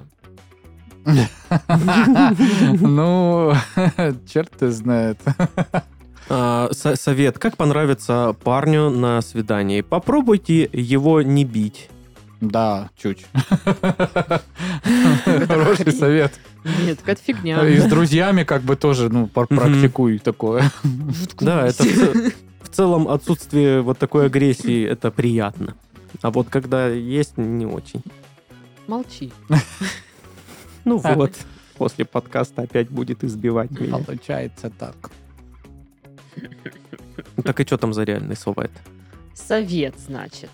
Speaker 3: Ну, черт ты знает.
Speaker 2: А, со- Совет. Как понравится парню на свидании? Попробуйте его не бить.
Speaker 3: Да, чуть. Хороший совет.
Speaker 1: Нет, какая-то фигня. (laughs)
Speaker 3: А, И с друзьями как бы тоже, ну, пр-
Speaker 2: Мгм.
Speaker 3: практикуй такое.
Speaker 2: Да, это в ц- в целом отсутствие вот такой агрессии, это приятно. А вот когда есть, не очень.
Speaker 1: Молчи.
Speaker 2: Ну
Speaker 3: А.
Speaker 2: вот. после подкаста опять будет избивать меня.
Speaker 3: Получается так.
Speaker 2: Ну, Так и что там за реальные слова это?
Speaker 1: Совет, значит.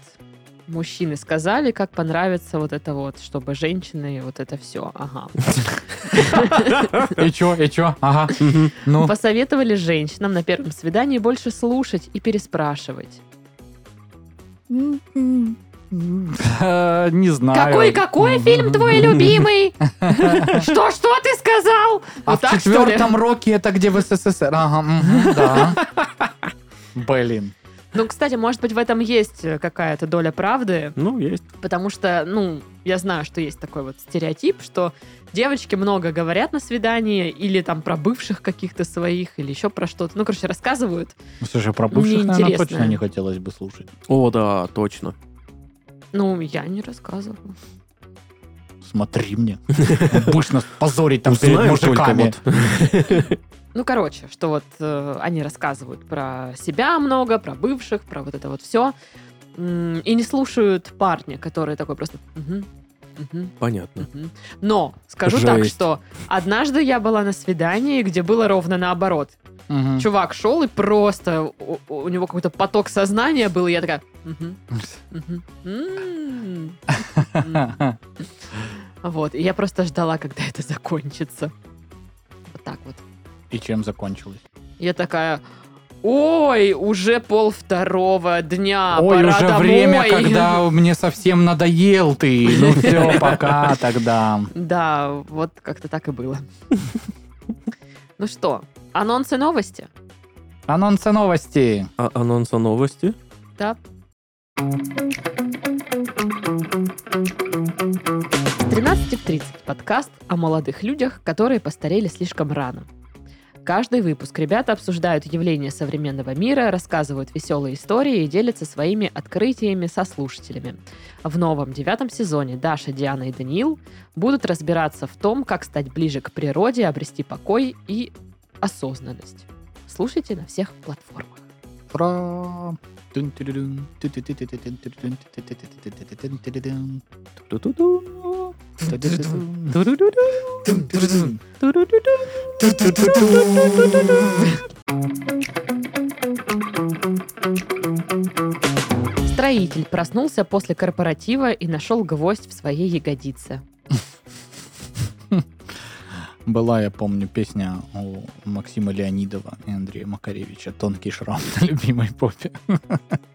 Speaker 1: Мужчины сказали, как понравится вот это вот, чтобы женщины вот это все. Ага.
Speaker 3: И чё, и чё? Ага.
Speaker 2: Мгм.
Speaker 3: Ну,
Speaker 1: Посоветовали женщинам на первом свидании больше слушать и переспрашивать.
Speaker 3: э, не знаю.
Speaker 1: Какой-какой фильм твой
Speaker 3: (laughs)
Speaker 1: любимый? Что-что ты сказал?
Speaker 3: А
Speaker 1: Вот
Speaker 3: в
Speaker 1: так, что ли?
Speaker 3: четвертом роке это где в СССР? Ага, мгм,
Speaker 1: (laughs)
Speaker 3: да. Блин.
Speaker 1: Ну, кстати, может быть, в этом есть э, какая-то доля правды,
Speaker 2: Ну, есть.
Speaker 1: потому что, ну, я знаю, что есть такой вот стереотип, что девочки много говорят на свидании или там про бывших каких-то своих, или еще про что-то. Ну, короче, рассказывают.
Speaker 3: Ну, Слушай, про
Speaker 1: Мне
Speaker 3: бывших, наверное,
Speaker 1: интересно.
Speaker 3: точно не хотелось бы слушать.
Speaker 2: О, да, точно.
Speaker 1: Ну, я не рассказывала.
Speaker 3: Смотри мне. Будешь нас позорить там Ну, перед
Speaker 2: Узнаем только
Speaker 3: мужиками.
Speaker 2: вот. (laughs)
Speaker 1: Ну, короче, что вот э, они рассказывают про себя много, про бывших, про вот это вот все. И не слушают парня, который такой просто... «Мгм, мгм,
Speaker 2: Понятно.
Speaker 1: мгм». Но скажу так,
Speaker 2: Жесть.
Speaker 1: что однажды я была на свидании, где было ровно наоборот.
Speaker 3: Мгм.
Speaker 1: Чувак шел и просто у, у него какой-то поток сознания был, и я такая... «Мгм, мгм, м, м». Вот, и я просто ждала, когда это закончится. Вот так вот.
Speaker 3: И чем закончилось?
Speaker 1: Я такая, ой, уже пол второго дня, А,
Speaker 3: Ой,
Speaker 1: пора
Speaker 3: уже
Speaker 1: домой».
Speaker 3: время, когда мне совсем надоел ты. Ну все, пока тогда.
Speaker 1: (laughs) Да, вот как-то так и было. Ну что, анонсы новости?
Speaker 3: Анонсы новости.
Speaker 2: А анонса новости?
Speaker 1: Да. «13 в 30» подкаст о молодых людях, которые постарели слишком рано. Каждый выпуск ребята обсуждают явления современного мира, рассказывают веселые истории и делятся своими открытиями со слушателями. В новом девятом сезоне Даша, Диана и Даниил будут разбираться в том, как стать ближе к природе, обрести покой и осознанность. Слушайте на всех платформах.
Speaker 3: Про... Тун-тюрюрюн, тю-тю-тю-тю-тюн, тю-тю-тюн, тю-тю-тю-тю-тю-тю-тю-тю-тю-тю-тю-тю.
Speaker 2: Ту-ту-ту.
Speaker 3: Ту-тю-тю-тю.
Speaker 2: Ту-ру-ру-ру.
Speaker 3: Тун-тюрюрюн.
Speaker 2: Ту-ру-ру-ру.
Speaker 1: Строитель проснулся после корпоратива и нашел гвоздь в своей ягодице.
Speaker 3: Была, я помню, песня у Максима Леонидова и Андрея Макаревича «Тонкий шрам на любимой попе».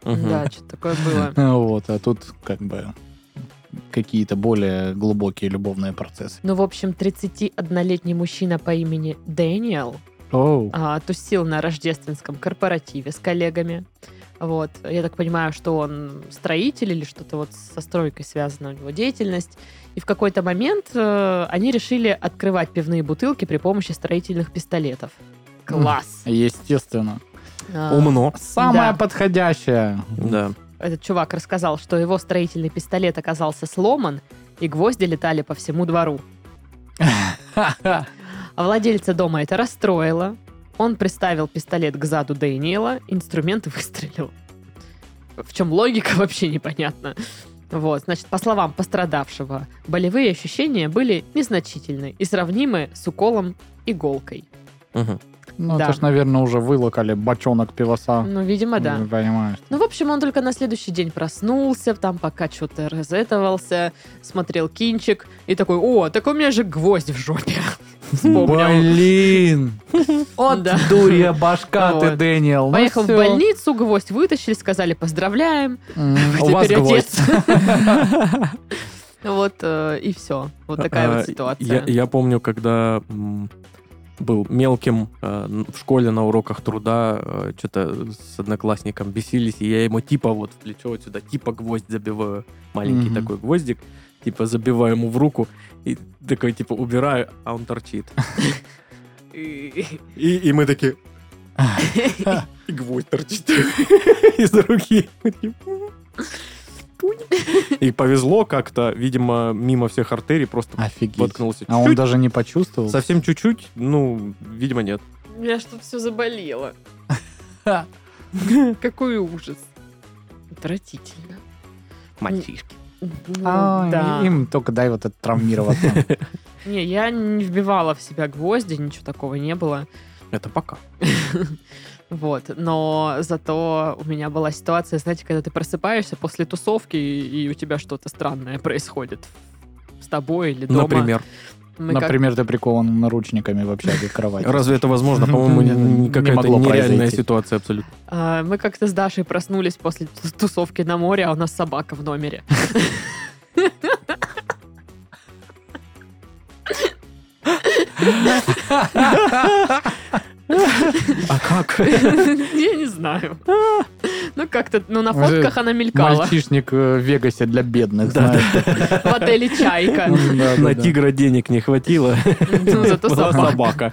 Speaker 2: Мгм.
Speaker 1: Да, что-то такое было.
Speaker 3: Вот, а тут как бы какие-то более глубокие любовные процессы.
Speaker 1: Ну, в общем, 31-летний мужчина по имени Дэниел
Speaker 3: Оу.
Speaker 1: а, тусил на рождественском корпоративе с коллегами. Вот. Я так понимаю, что он строитель или что-то вот со стройкой связана у него деятельность. И в какой-то момент э, они решили открывать пивные бутылки при помощи строительных пистолетов. Класс!
Speaker 3: Естественно.
Speaker 1: А,
Speaker 2: Умно.
Speaker 3: Самое
Speaker 1: Да.
Speaker 3: подходящее.
Speaker 2: Да.
Speaker 1: этот чувак рассказал, что его строительный пистолет оказался сломан, и гвозди летали по всему двору. А владельца дома это расстроило. Он приставил пистолет к заду Дэниела, инструмент выстрелил. В чем логика, (laughs) вообще непонятно. Вот, значит, по словам пострадавшего, болевые ощущения были незначительны и сравнимы с уколом иголкой.
Speaker 2: Мгм.
Speaker 3: Ну,
Speaker 1: Да.
Speaker 3: это ж, наверное, уже вылокали бочонок пивоса.
Speaker 1: Ну, видимо, да.
Speaker 3: Ну, Понимаешь.
Speaker 1: Ну, в общем, он только на следующий день проснулся, там пока что-то разэтовался, смотрел кинчик и такой, о, так у меня же гвоздь в жопе. (laughs) (laughs) Вспомнил.
Speaker 3: Блин!
Speaker 1: О, да.
Speaker 3: Дурья башка ты,
Speaker 1: Вот.
Speaker 3: Дэниел. Ну
Speaker 1: Поехал в
Speaker 3: всё.
Speaker 1: больницу, гвоздь вытащили, сказали, поздравляем.
Speaker 3: М, А
Speaker 1: (laughs)
Speaker 3: У
Speaker 1: Теперь
Speaker 3: вас
Speaker 1: отец.
Speaker 3: гвоздь.
Speaker 1: (laughs) Вот э, и все. Вот такая
Speaker 2: А,
Speaker 1: вот
Speaker 2: Я,
Speaker 1: ситуация.
Speaker 2: я помню, когда м, был мелким э, н- в школе на уроках труда, что-то с одноклассником бесились, и я ему типа вот в плечо вот сюда, типа гвоздь забиваю, маленький
Speaker 3: Мгм.
Speaker 2: такой гвоздик, типа забиваю ему в руку, и такой типа убираю, а он торчит. И, и мы такие... (laughs) И гвоздь торчит А. (laughs) из руки. Мы такие, «М, тунь». И повезло как-то, видимо, мимо всех артерий просто
Speaker 3: Офигеть.
Speaker 2: воткнулся.
Speaker 3: А он
Speaker 2: Чуть-чуть
Speaker 3: даже не почувствовал?
Speaker 2: Совсем чуть-чуть, ну, видимо, нет.
Speaker 1: У меня что-то все
Speaker 3: (laughs)
Speaker 1: заболело.
Speaker 3: Ха.
Speaker 1: Какой ужас. Отвратительно.
Speaker 2: Мальчишки.
Speaker 1: Ну,
Speaker 3: А,
Speaker 1: да.
Speaker 3: Им только дай вот это травмироваться.
Speaker 1: Не, я не вбивала в себя гвозди, ничего такого не было.
Speaker 2: Это пока.
Speaker 1: Вот. Но зато у меня была ситуация, знаете, когда ты просыпаешься после тусовки, и, и у тебя что-то странное происходит с тобой или дома.
Speaker 2: Например.
Speaker 1: (laughs) Мы как-
Speaker 3: Например, ты прикован наручниками в общаге к кровати.
Speaker 2: Разве это возможно? По-моему,
Speaker 3: Не
Speaker 2: не- какая-то
Speaker 3: могло
Speaker 2: нереальная
Speaker 3: произойти.
Speaker 2: ситуация абсолютно.
Speaker 1: а, мы как-то с Дашей проснулись после ту- тусовки на море, а у нас собака в номере.
Speaker 2: А как?
Speaker 1: Я не знаю. Ну, как-то, ну, на
Speaker 3: Уже
Speaker 1: фотках она мелькала.
Speaker 3: Мальчишник э, в Вегасе для бедных,
Speaker 2: Да,
Speaker 3: знаешь.
Speaker 1: В отеле «Чайка».
Speaker 3: Да, да,
Speaker 2: На
Speaker 3: да.
Speaker 2: тигра денег не (laughs) хватило.
Speaker 1: Ну, зато
Speaker 2: Была
Speaker 1: собака.
Speaker 2: собака.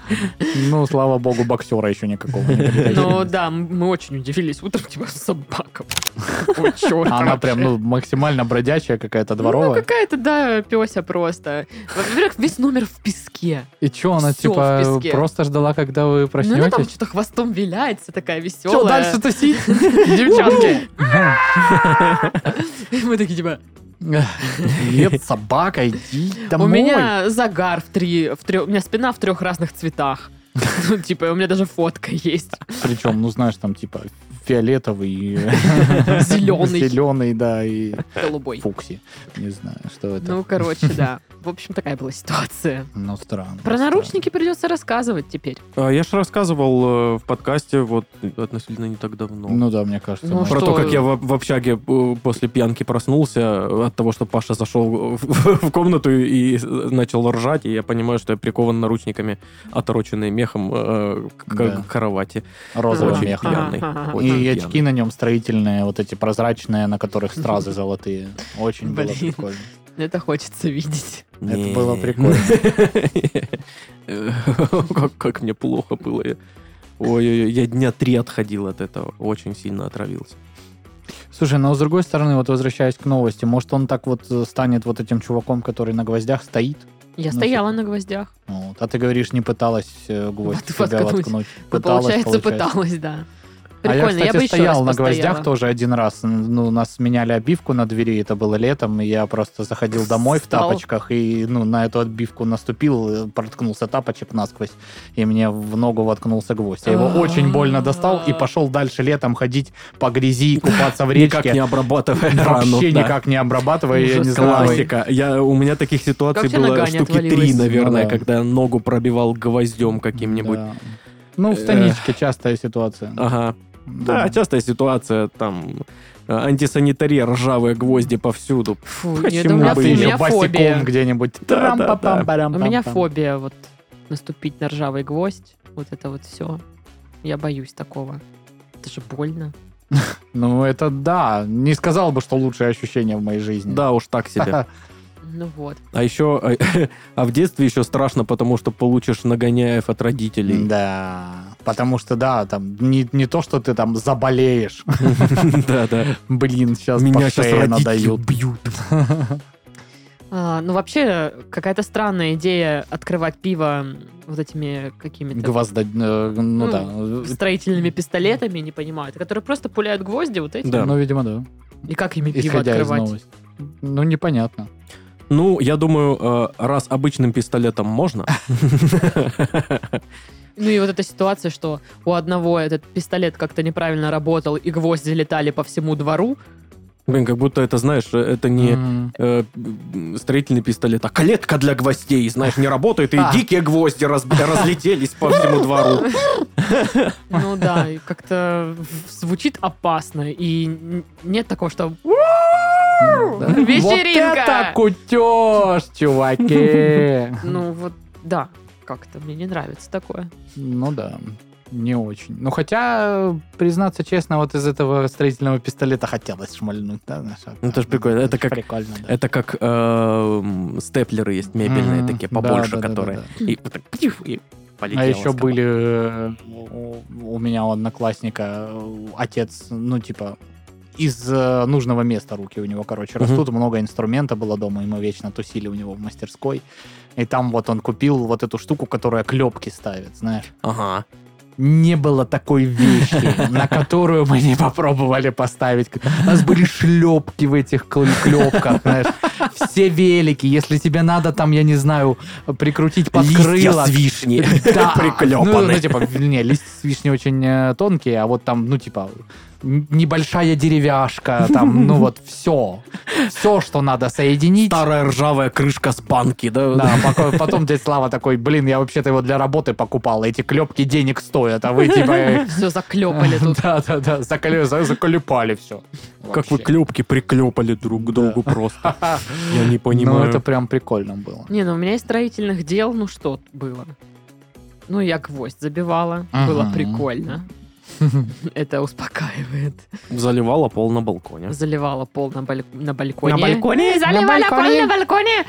Speaker 3: Ну, слава богу, боксера еще никакого не прилетело. (laughs)
Speaker 1: Ну, да, м- мы очень удивились. Утром типа собака.
Speaker 3: (laughs)
Speaker 1: Ой, черт.
Speaker 3: Она прям, ну, максимально бродячая какая-то
Speaker 1: Ну,
Speaker 3: дворовая.
Speaker 1: какая-то, да, песя просто. Во-первых, весь номер в песке.
Speaker 3: И что, она,
Speaker 1: всё в
Speaker 3: типа,
Speaker 1: песке.
Speaker 3: просто ждала, когда вы
Speaker 1: Ну, она там
Speaker 3: проснетесь?
Speaker 1: что-то хвостом виляется, такая веселая.
Speaker 3: Что, дальше тусить?
Speaker 1: (laughs) Девчонки. Мы такие, типа,
Speaker 3: Нет, собака, иди домой.
Speaker 1: у меня загар в три, в трё- у меня спина в трех разных цветах. (laughs) Ну, типа, у меня даже фотка
Speaker 3: (laughs)
Speaker 1: есть.
Speaker 3: Причем, ну, знаешь, там, типа, фиолетовый.
Speaker 1: (laughs) Зелёный.
Speaker 3: Зеленый, да, и
Speaker 1: Голубой.
Speaker 3: фукси. Не знаю, что это.
Speaker 1: Ну, короче, да. В общем, такая была ситуация.
Speaker 3: Ну, странно.
Speaker 1: Про
Speaker 3: странно.
Speaker 1: наручники придется рассказывать теперь.
Speaker 2: А, Я же рассказывал э, в подкасте вот относительно не так давно.
Speaker 3: Ну да, мне кажется.
Speaker 1: Ну,
Speaker 3: мы-
Speaker 2: Про
Speaker 1: что-
Speaker 2: то, как я в, в общаге э, после пьянки проснулся от того, что Паша зашел в, в комнату и начал ржать, и я понимаю, что я прикован наручниками, отороченные мехом э, к, к-
Speaker 3: Да.
Speaker 2: к кровати.
Speaker 3: розовый
Speaker 2: Очень
Speaker 3: мех.
Speaker 2: пьяный.
Speaker 1: Ага.
Speaker 2: Очень
Speaker 3: И
Speaker 2: пьяный.
Speaker 3: очки на нем строительные, вот эти прозрачные, на которых
Speaker 1: (laughs)
Speaker 3: стразы золотые. Очень было
Speaker 1: Блин.
Speaker 3: прикольно.
Speaker 1: Это хочется видеть.
Speaker 3: Это
Speaker 2: Не.
Speaker 3: было прикольно.
Speaker 2: Э, (laughs) Как как мне плохо было. Я- Ой-ой-ой, я дня три отходил от этого. Очень сильно отравился.
Speaker 3: Слушай, но с другой стороны, вот возвращаясь к новости, может он так вот э, станет вот этим чуваком, который на гвоздях стоит?
Speaker 1: Я
Speaker 3: Ну,
Speaker 1: стояла
Speaker 3: всё.
Speaker 1: на гвоздях.
Speaker 3: Вот. А ты говоришь, не пыталась э, гвоздь в
Speaker 1: Вот
Speaker 3: себя
Speaker 1: воткнуть.
Speaker 3: воткнуть.
Speaker 1: Ну,
Speaker 3: Пыталась,
Speaker 1: получается,
Speaker 3: получается.
Speaker 1: пыталась, да.
Speaker 3: А я,
Speaker 1: Прикольно,
Speaker 3: кстати,
Speaker 1: я бы еще раз
Speaker 3: стоял на гвоздях
Speaker 1: постояла.
Speaker 3: тоже один раз. Ну, нас меняли обивку на двери, это было летом, и я просто заходил домой в
Speaker 1: Встал.
Speaker 3: тапочках, и ну, на эту отбивку наступил, э, проткнулся тапочек насквозь, и мне в ногу воткнулся гвоздь. Я его
Speaker 1: А-а-а.
Speaker 3: очень больно достал и пошел дальше летом ходить по грязи, купаться в
Speaker 2: Никак не
Speaker 3: речке.
Speaker 2: обрабатывая рану.
Speaker 3: Вообще
Speaker 2: да.
Speaker 3: никак не обрабатывая, я не
Speaker 1: Ужас
Speaker 3: знаю.
Speaker 1: какой.
Speaker 2: Классика. Я, у меня таких ситуаций
Speaker 1: Как тебе
Speaker 2: было
Speaker 1: нога не
Speaker 2: штуки три,
Speaker 1: отвалилась?
Speaker 2: наверное,
Speaker 3: Ну да.
Speaker 2: когда ногу пробивал гвоздем каким-нибудь.
Speaker 3: Да. Ну, в станичке частая ситуация.
Speaker 2: Ага. Да, частая ситуация, там, э, антисанитария, ржавые гвозди повсюду.
Speaker 1: Фу,
Speaker 2: Почему
Speaker 1: нет, у меня,
Speaker 3: А
Speaker 2: бы
Speaker 1: у
Speaker 3: ты
Speaker 2: и
Speaker 1: меня
Speaker 3: еще босиком
Speaker 1: фобия.
Speaker 3: где-нибудь.
Speaker 2: Да, да, да.
Speaker 1: У
Speaker 3: Трам-па-пам-парам-пам-пам.
Speaker 1: меня фобия вот наступить на ржавый гвоздь. Вот это вот все. Я боюсь такого. Это же больно.
Speaker 3: Ну, это да. Не сказал бы, что лучшее ощущение в моей жизни.
Speaker 2: Да уж, так себе.
Speaker 1: Ну вот.
Speaker 2: А еще, э, (laughs) а в детстве еще страшно, потому что получишь нагоняев от родителей.
Speaker 3: Да. Потому что, да, там не, не то, что ты там заболеешь.
Speaker 2: (laughs)
Speaker 3: (laughs)
Speaker 2: Да, да.
Speaker 3: Блин, сейчас
Speaker 2: Меня
Speaker 3: по
Speaker 2: сейчас
Speaker 3: шее
Speaker 2: родители
Speaker 3: надают.
Speaker 2: бьют.
Speaker 1: А, ну вообще, какая-то странная идея открывать пиво вот этими какими-то
Speaker 3: Гвозда... э, Ну,
Speaker 1: Ну,
Speaker 3: да.
Speaker 1: строительными пистолетами, не понимаю, которые просто пуляют гвозди вот эти.
Speaker 2: Да.
Speaker 3: Ну, видимо, да.
Speaker 1: И как ими пиво
Speaker 3: Исходя из
Speaker 1: открывать?
Speaker 3: новости. Ну, непонятно.
Speaker 2: Ну, я думаю, э, раз обычным пистолетом
Speaker 3: (laughs)
Speaker 2: можно.
Speaker 1: Ну и вот эта ситуация, что у одного этот пистолет как-то неправильно работал, и гвозди летали по всему двору.
Speaker 2: Блин, как будто это, знаешь, э, это не
Speaker 3: М.
Speaker 2: э, м, строительный пистолет, а калетка для гвоздей, знаешь, не работает, и
Speaker 3: А.
Speaker 2: дикие гвозди раз- разлетелись по всему двору.
Speaker 3: (laughs)
Speaker 1: Ну да, и как-то в- звучит опасно. И н- нет такого, что
Speaker 3: Да.
Speaker 1: Вечеринка!
Speaker 3: Вот это кутеж, чуваки!
Speaker 1: ну вот да, как-то мне не нравится
Speaker 3: (laughs)
Speaker 1: такое.
Speaker 3: Ну да, не очень. Ну хотя, признаться честно, вот из этого строительного пистолета хотелось шмальнуть, да? знаешь, вот
Speaker 2: Ну, это
Speaker 3: так.
Speaker 2: ж прикольно. Это
Speaker 3: ж
Speaker 2: как-
Speaker 3: Прикольно, да.
Speaker 2: Это как э, м, степлеры есть мебельные
Speaker 3: М,
Speaker 2: такие,
Speaker 3: да,
Speaker 2: побольше,
Speaker 3: да, да,
Speaker 2: которые.
Speaker 3: да, да.
Speaker 2: И вот так пьюх, и полетело
Speaker 3: А
Speaker 2: с
Speaker 3: еще
Speaker 2: кого.
Speaker 3: были э, у у меня у одноклассника э, отец, ну типа из э, нужного места руки у него, короче,
Speaker 2: Мгм.
Speaker 3: растут. Много инструмента было дома, и мы вечно тусили у него в мастерской. И там вот он купил вот эту штуку, которая клепки ставит, знаешь.
Speaker 2: Ага.
Speaker 3: не было такой вещи, (laughs) на которую мы не попробовали поставить. У нас были шлепки в этих кл- клепках, знаешь. Все велики. Если тебе надо там, я не знаю, прикрутить под крыло.
Speaker 2: Листья с вишни
Speaker 3: (laughs) Да. Ну, ну,
Speaker 2: приклепаны.
Speaker 3: типа, не, лист с вишни очень э, тонкий, а вот там, ну, типа, н- небольшая деревяшка, там, ну, вот все. Все, что надо соединить.
Speaker 2: (laughs) Старая ржавая крышка с банки,
Speaker 3: Да, пока- потом дядя Слава такой, блин, я вообще-то его для работы покупал, эти клепки денег стоят, а вы типа... э,
Speaker 1: Все (laughs) заклепали тут.
Speaker 3: Да-да-да, заколе- за- заколепали все.
Speaker 2: Как вы клепки приклепали друг к другу просто.
Speaker 3: (laughs)
Speaker 2: Я не
Speaker 3: Ну, это
Speaker 2: понимаю.
Speaker 3: прям прикольно было.
Speaker 1: Не, ну у меня из строительных дел, ну что было? Ну, я гвоздь забивала.
Speaker 3: Ага.
Speaker 1: Было
Speaker 3: (laughs)
Speaker 1: прикольно. Это успокаивает.
Speaker 2: Заливала пол на балконе.
Speaker 1: Заливала пол на, баль- на балконе.
Speaker 2: балконе?
Speaker 1: Заливала
Speaker 3: На
Speaker 1: пол
Speaker 3: балконе?
Speaker 1: на балконе!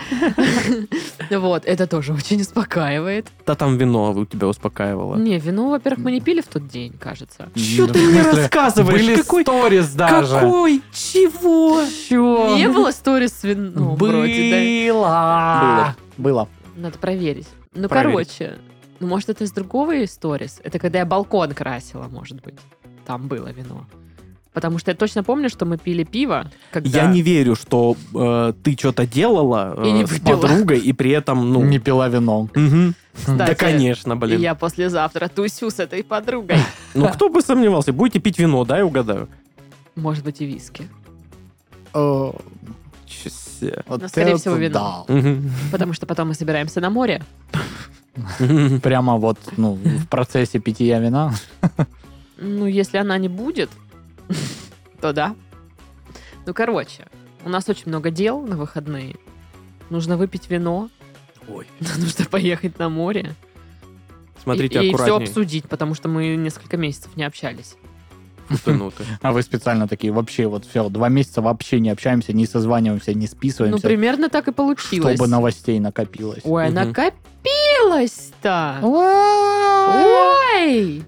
Speaker 1: (laughs) Вот, это тоже очень успокаивает.
Speaker 2: Да там вино у тебя успокаивало.
Speaker 1: Не, вино, во-первых, мы не пили в тот день, кажется.
Speaker 2: Чё
Speaker 3: Ну,
Speaker 2: ты
Speaker 3: в
Speaker 2: мне
Speaker 3: смысле,
Speaker 2: рассказываешь?
Speaker 3: Были
Speaker 2: Какой-
Speaker 3: сторис даже.
Speaker 2: Какой? Чего?
Speaker 3: Чё?
Speaker 1: Не было сторис с вином вроде,
Speaker 3: Было. Было.
Speaker 1: да? Надо проверить. Ну,
Speaker 3: Проверить.
Speaker 1: короче, ну, может, это из другого сторис? Это когда я балкон красила, может быть. Там было вино. Потому что я точно помню, что мы пили пиво. Когда...
Speaker 2: Я не верю, что э, ты что-то делала э,
Speaker 1: И не
Speaker 2: с
Speaker 1: выпила.
Speaker 2: подругой, и при этом, ну...
Speaker 3: Не пила вино.
Speaker 2: мгм. Да,
Speaker 1: Кстати,
Speaker 2: конечно,
Speaker 1: И
Speaker 2: блин.
Speaker 1: я послезавтра тусю с этой подругой.
Speaker 2: Ну, кто бы сомневался, будете пить вино, да, я угадаю?
Speaker 1: Может быть, и виски.
Speaker 3: Э,
Speaker 2: Чё-ся.
Speaker 3: вот
Speaker 1: скорее
Speaker 3: это
Speaker 1: всего, вино.
Speaker 3: да.
Speaker 2: Мгм.
Speaker 1: Потому что потом мы собираемся на море.
Speaker 2: Мгм.
Speaker 3: Прямо вот, ну, в процессе питья вина. (laughs)
Speaker 1: Ну, если она не будет, (laughs) то да. Ну, короче, у нас очень много дел на выходные. Нужно выпить вино, (laughs)
Speaker 2: Ой,
Speaker 1: нужно поехать на море
Speaker 2: смотрите
Speaker 1: и, все
Speaker 2: аккуратнее.
Speaker 1: обсудить, потому что мы несколько месяцев не общались.
Speaker 2: Ты, ну, ты.
Speaker 3: А вы специально такие вообще вот все, два месяца вообще не общаемся, не созваниваемся, не
Speaker 1: Ну,
Speaker 3: списываемся,
Speaker 1: примерно так и получилось.
Speaker 3: чтобы новостей накопилось.
Speaker 1: Ой,
Speaker 2: Мгм.
Speaker 1: накопилось-то! Ой!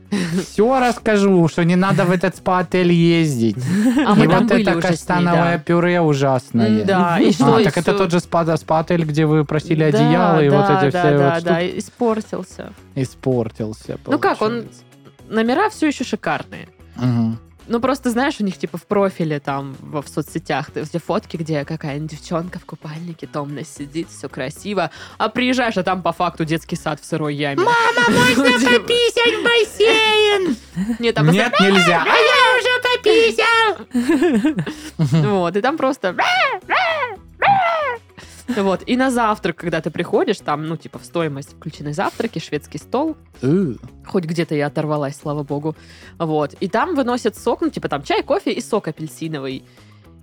Speaker 3: Все расскажу, что не надо в этот спа-отель ездить.
Speaker 1: А
Speaker 3: И
Speaker 1: мы там
Speaker 3: вот
Speaker 1: были
Speaker 3: это
Speaker 1: уже с ней,
Speaker 3: каштановое
Speaker 1: да.
Speaker 3: пюре ужасное.
Speaker 1: Да, и
Speaker 3: А,
Speaker 1: что? и
Speaker 3: так это
Speaker 1: всё.
Speaker 3: тот же спа- спа-отель, где вы просили
Speaker 1: Да,
Speaker 3: одеяло, и вот
Speaker 1: да,
Speaker 3: эти
Speaker 1: да,
Speaker 3: все
Speaker 1: да,
Speaker 3: вот
Speaker 1: да,
Speaker 3: штуки.
Speaker 1: испортился.
Speaker 3: испортился.
Speaker 1: Ну как, он-
Speaker 3: получается.
Speaker 1: Номера все еще шикарные.
Speaker 3: Мгм.
Speaker 1: Ну, просто знаешь, у них типа в профиле там во- в соцсетях ты все фотки, где какая-нибудь девчонка в купальнике томно сидит, все красиво, а приезжаешь, а там по факту детский сад в сырой яме. Мама, можно (laughs) пописать в бассейн? Нет, там
Speaker 3: Нет,
Speaker 1: (laughs)
Speaker 3: нельзя.
Speaker 1: я уже пописал! (laughs) Вот, и там просто... (laughs) Вот, и на завтрак, когда ты приходишь, там, ну, типа, в стоимость включены завтраки, шведский стол,
Speaker 3: Э,
Speaker 1: Хоть где-то я оторвалась, слава богу. Вот. И там выносят сок, ну, типа там чай, кофе и сок апельсиновый.